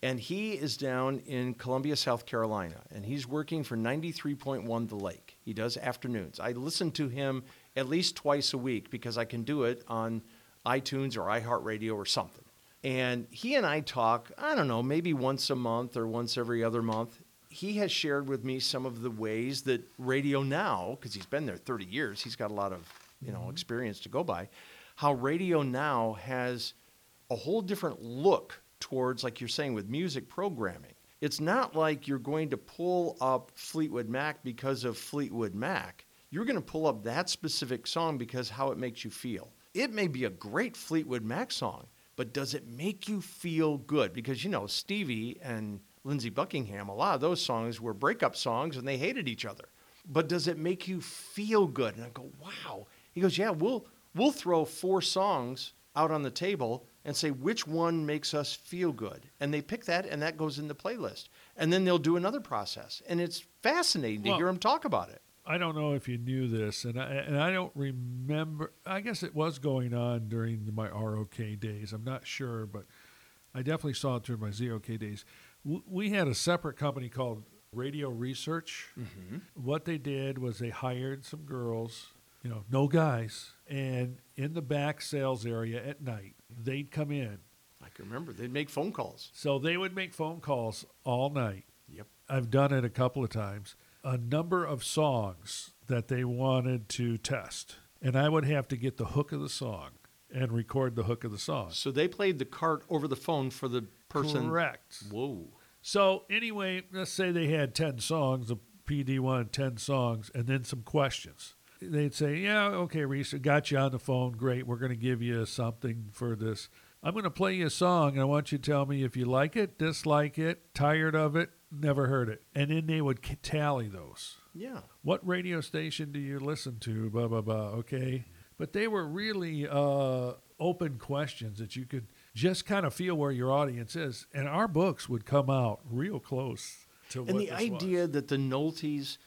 S2: And he is down in Columbia, South Carolina, and he's working for 93.1 The Lake. He does afternoons. I listen to him at least twice a week because I can do it on iTunes or iHeartRadio or something. And he and I talk, I don't know, maybe once a month or once every other month. He has shared with me some of the ways that radio now, because he's been there 30 years, he's got a lot of you know experience to go by, how radio now has a whole different look towards, like you're saying, with music programming. It's not like you're going to pull up Fleetwood Mac because of Fleetwood Mac. You're going to pull up that specific song because how it makes you feel. It may be a great Fleetwood Mac song, but does it make you feel good? Because, you know, Stevie and Lindsey Buckingham, a lot of those songs were breakup songs and they hated each other but does it make you feel good? And I go, wow. He goes, yeah, we'll we'll throw four songs out on the table and say which one makes us feel good, and they pick that, and that goes in the playlist, and then they'll do another process, and it's fascinating to
S3: Well-
S2: hear them talk about it.
S3: I don't know if you knew this, and I, and I don't remember. I guess it was going on during my ROK days. I'm not sure, but I definitely saw it through my ZOK days. W- We had a separate company called Radio Research. What they did was they hired some girls, you know, no guys, and in the back sales area at night, they'd come in.
S2: I can remember they'd make phone calls.
S3: So they would make phone calls all night.
S2: Yep.
S3: I've done it a couple of times, a number of songs that they wanted to test. And I would have to get the hook of the song and record the hook of the song.
S2: So they played the cart over the phone for the person.
S3: Correct.
S2: Whoa.
S3: So, anyway, let's say they had 10 songs, the PD wanted 10 songs, and then some questions. They'd say, Yeah, okay, Reese, I got you on the phone. Great. We're going to give you something for this. I'm going to play you a song, and I want you to tell me if you like it, dislike it, tired of it, never heard it. And then they would c- tally those.
S2: Yeah.
S3: what radio station do you listen to? Blah blah blah. Okay, but they were really uh, open questions that you could just kind of feel where your audience is, and our books would come out real close to
S2: and
S3: what
S2: the
S3: this
S2: idea
S3: was.
S2: that the Noltes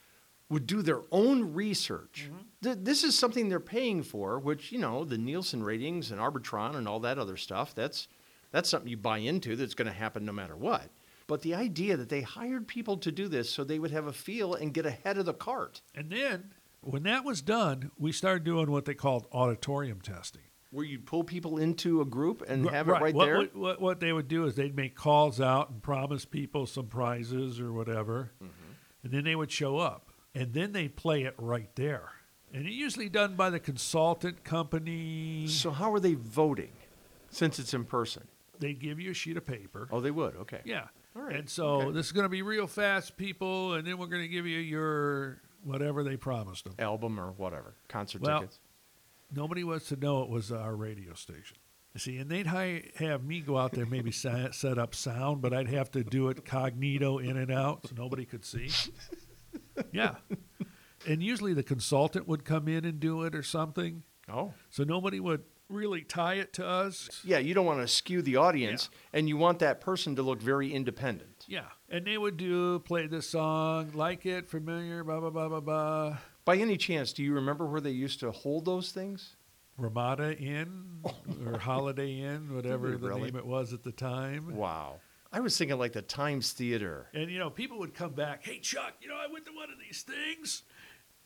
S2: would do their own research. Th- this is something they're paying for, which you know the Nielsen ratings and Arbitron and all that other stuff. That's that's something you buy into. That's going to happen no matter what. But the idea that they hired people to do this so they would have a feel and get ahead of the cart,
S3: and then when that was done, we started doing what they called auditorium testing.
S2: where you pull people into a group and
S3: Ri-
S2: have it right,
S3: what,
S2: there.
S3: What, what, what they would do is they'd make calls out and promise people some prizes or whatever,
S2: Mm-hmm.
S3: and then they would show up, and then they play it right there. And it's usually done by the consultant company.
S2: So how are they voting? Since it's in person.
S3: they give you a sheet of paper.
S2: Oh, they would. Okay.
S3: Yeah.
S2: All right.
S3: And so
S2: Okay.
S3: this is going to be real fast, people, and then we're going to give you your whatever they promised them.
S2: Album or whatever. Concert
S3: Well,
S2: tickets.
S3: Nobody was to know it was our radio station. You See, and they'd hi- have me go out there, maybe sa- set up sound, but I'd have to do it cognito in and out so nobody could see. Yeah. And usually the consultant would come in and do it or something.
S2: Oh.
S3: So nobody would really tie it to us.
S2: Yeah, you don't want to skew the audience, and you want that person to look very independent.
S3: Yeah. And they would do play this song, like it, familiar, blah, blah, blah, blah, blah.
S2: By any chance, do you remember where they used to hold those things?
S3: Ramada Inn or Holiday Inn, whatever the
S2: Really?
S3: name it was at the time.
S2: Wow. I was thinking like the Times Theater.
S3: And you know, people would come back, "Hey Chuck, you know, I went to one of these things,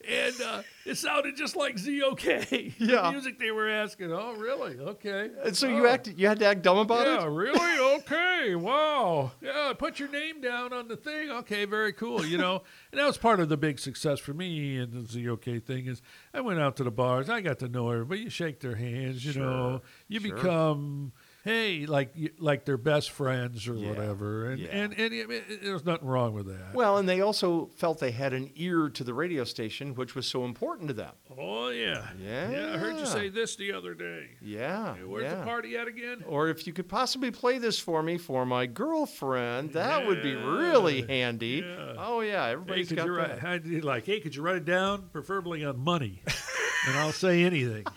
S3: and uh, it sounded just like ZOK.
S2: Yeah.
S3: the music they were asking. Oh, really? Okay.
S2: And so you
S3: Oh,
S2: acted, you had to act dumb about
S3: Yeah,
S2: it.
S3: really? Okay. Wow. Yeah, put your name down on the thing. Okay, very cool. You know, and that was part of the big success for me and the ZOK thing is I went out to the bars. I got to know everybody. You shake their hands. You know, you
S2: sure.
S3: become hey like you- like their best friends or
S2: Yeah,
S3: whatever. And,
S2: yeah.
S3: and and I mean, there's nothing wrong with that.
S2: Well, and they also felt they had an ear to the radio station, which was so important to them.
S3: Oh yeah. I heard
S2: Yeah.
S3: you say this the other day.
S2: Yeah.
S3: Where's
S2: yeah.
S3: the party at again?
S2: Or if you could possibly play this for me for my girlfriend, that would be really
S3: Yeah,
S2: handy.
S3: yeah.
S2: Oh yeah,
S3: Hey,
S2: everybody's
S3: could
S2: got
S3: you
S2: that.
S3: write, I'd be like, hey, could you write it down, preferably on money, and I'll say anything.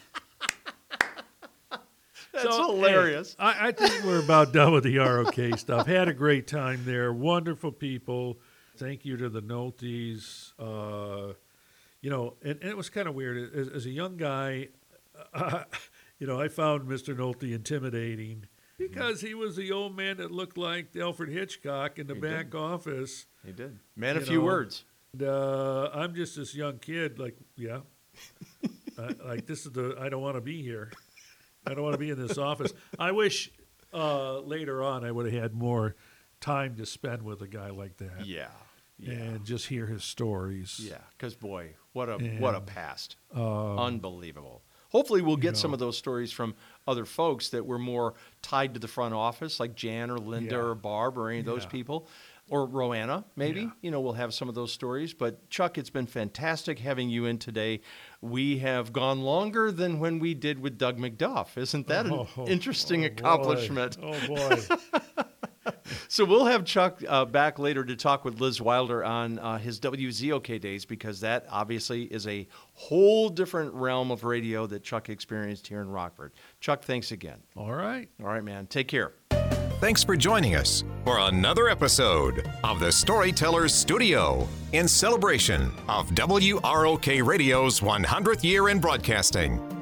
S2: That's
S3: So, hey,
S2: hilarious.
S3: I, I think we're about done with the ROK stuff. Had a great time there. Wonderful people. Thank you to the Nolties. Uh, you know, and, and it was kind of weird. As, as a young guy, uh, you know, I found Mr. Nolte intimidating because he was the old man that looked like Alfred Hitchcock in the
S2: He did.
S3: back office.
S2: He did. Man, a
S3: You
S2: few
S3: know,
S2: words.
S3: And, uh, I'm just this young kid, like, yeah, I, like this is the I don't want to be here. I don't want to be in this office. I wish uh, later on I would have had more time to spend with a guy like that
S2: Yeah.
S3: and just hear his stories.
S2: Yeah, because boy, what a what a
S3: And,
S2: past! Unbelievable. Hopefully, we'll get some
S3: Um, know.
S2: of those stories from other folks that were more tied to the front office, like Jan or Linda
S3: Yeah.
S2: or Barb or any of those
S3: Yeah.
S2: people, or Roanna. Maybe
S3: Yeah.
S2: you know we'll have some of those stories. But Chuck, it's been fantastic having you in today. We have gone longer than when we did with Doug McDuff. Isn't that an
S3: Oh,
S2: interesting
S3: oh, boy.
S2: accomplishment?
S3: Oh boy.
S2: So we'll have Chuck uh, back later to talk with Liz Wilder on uh, his WZOK days because that obviously is a whole different realm of radio that Chuck experienced here in Rockford. Chuck, thanks again.
S3: All right.
S2: All right, man. Take care.
S1: Thanks for joining us for another episode of the Storytellers Studio in celebration of WROK Radio's 100th year in broadcasting.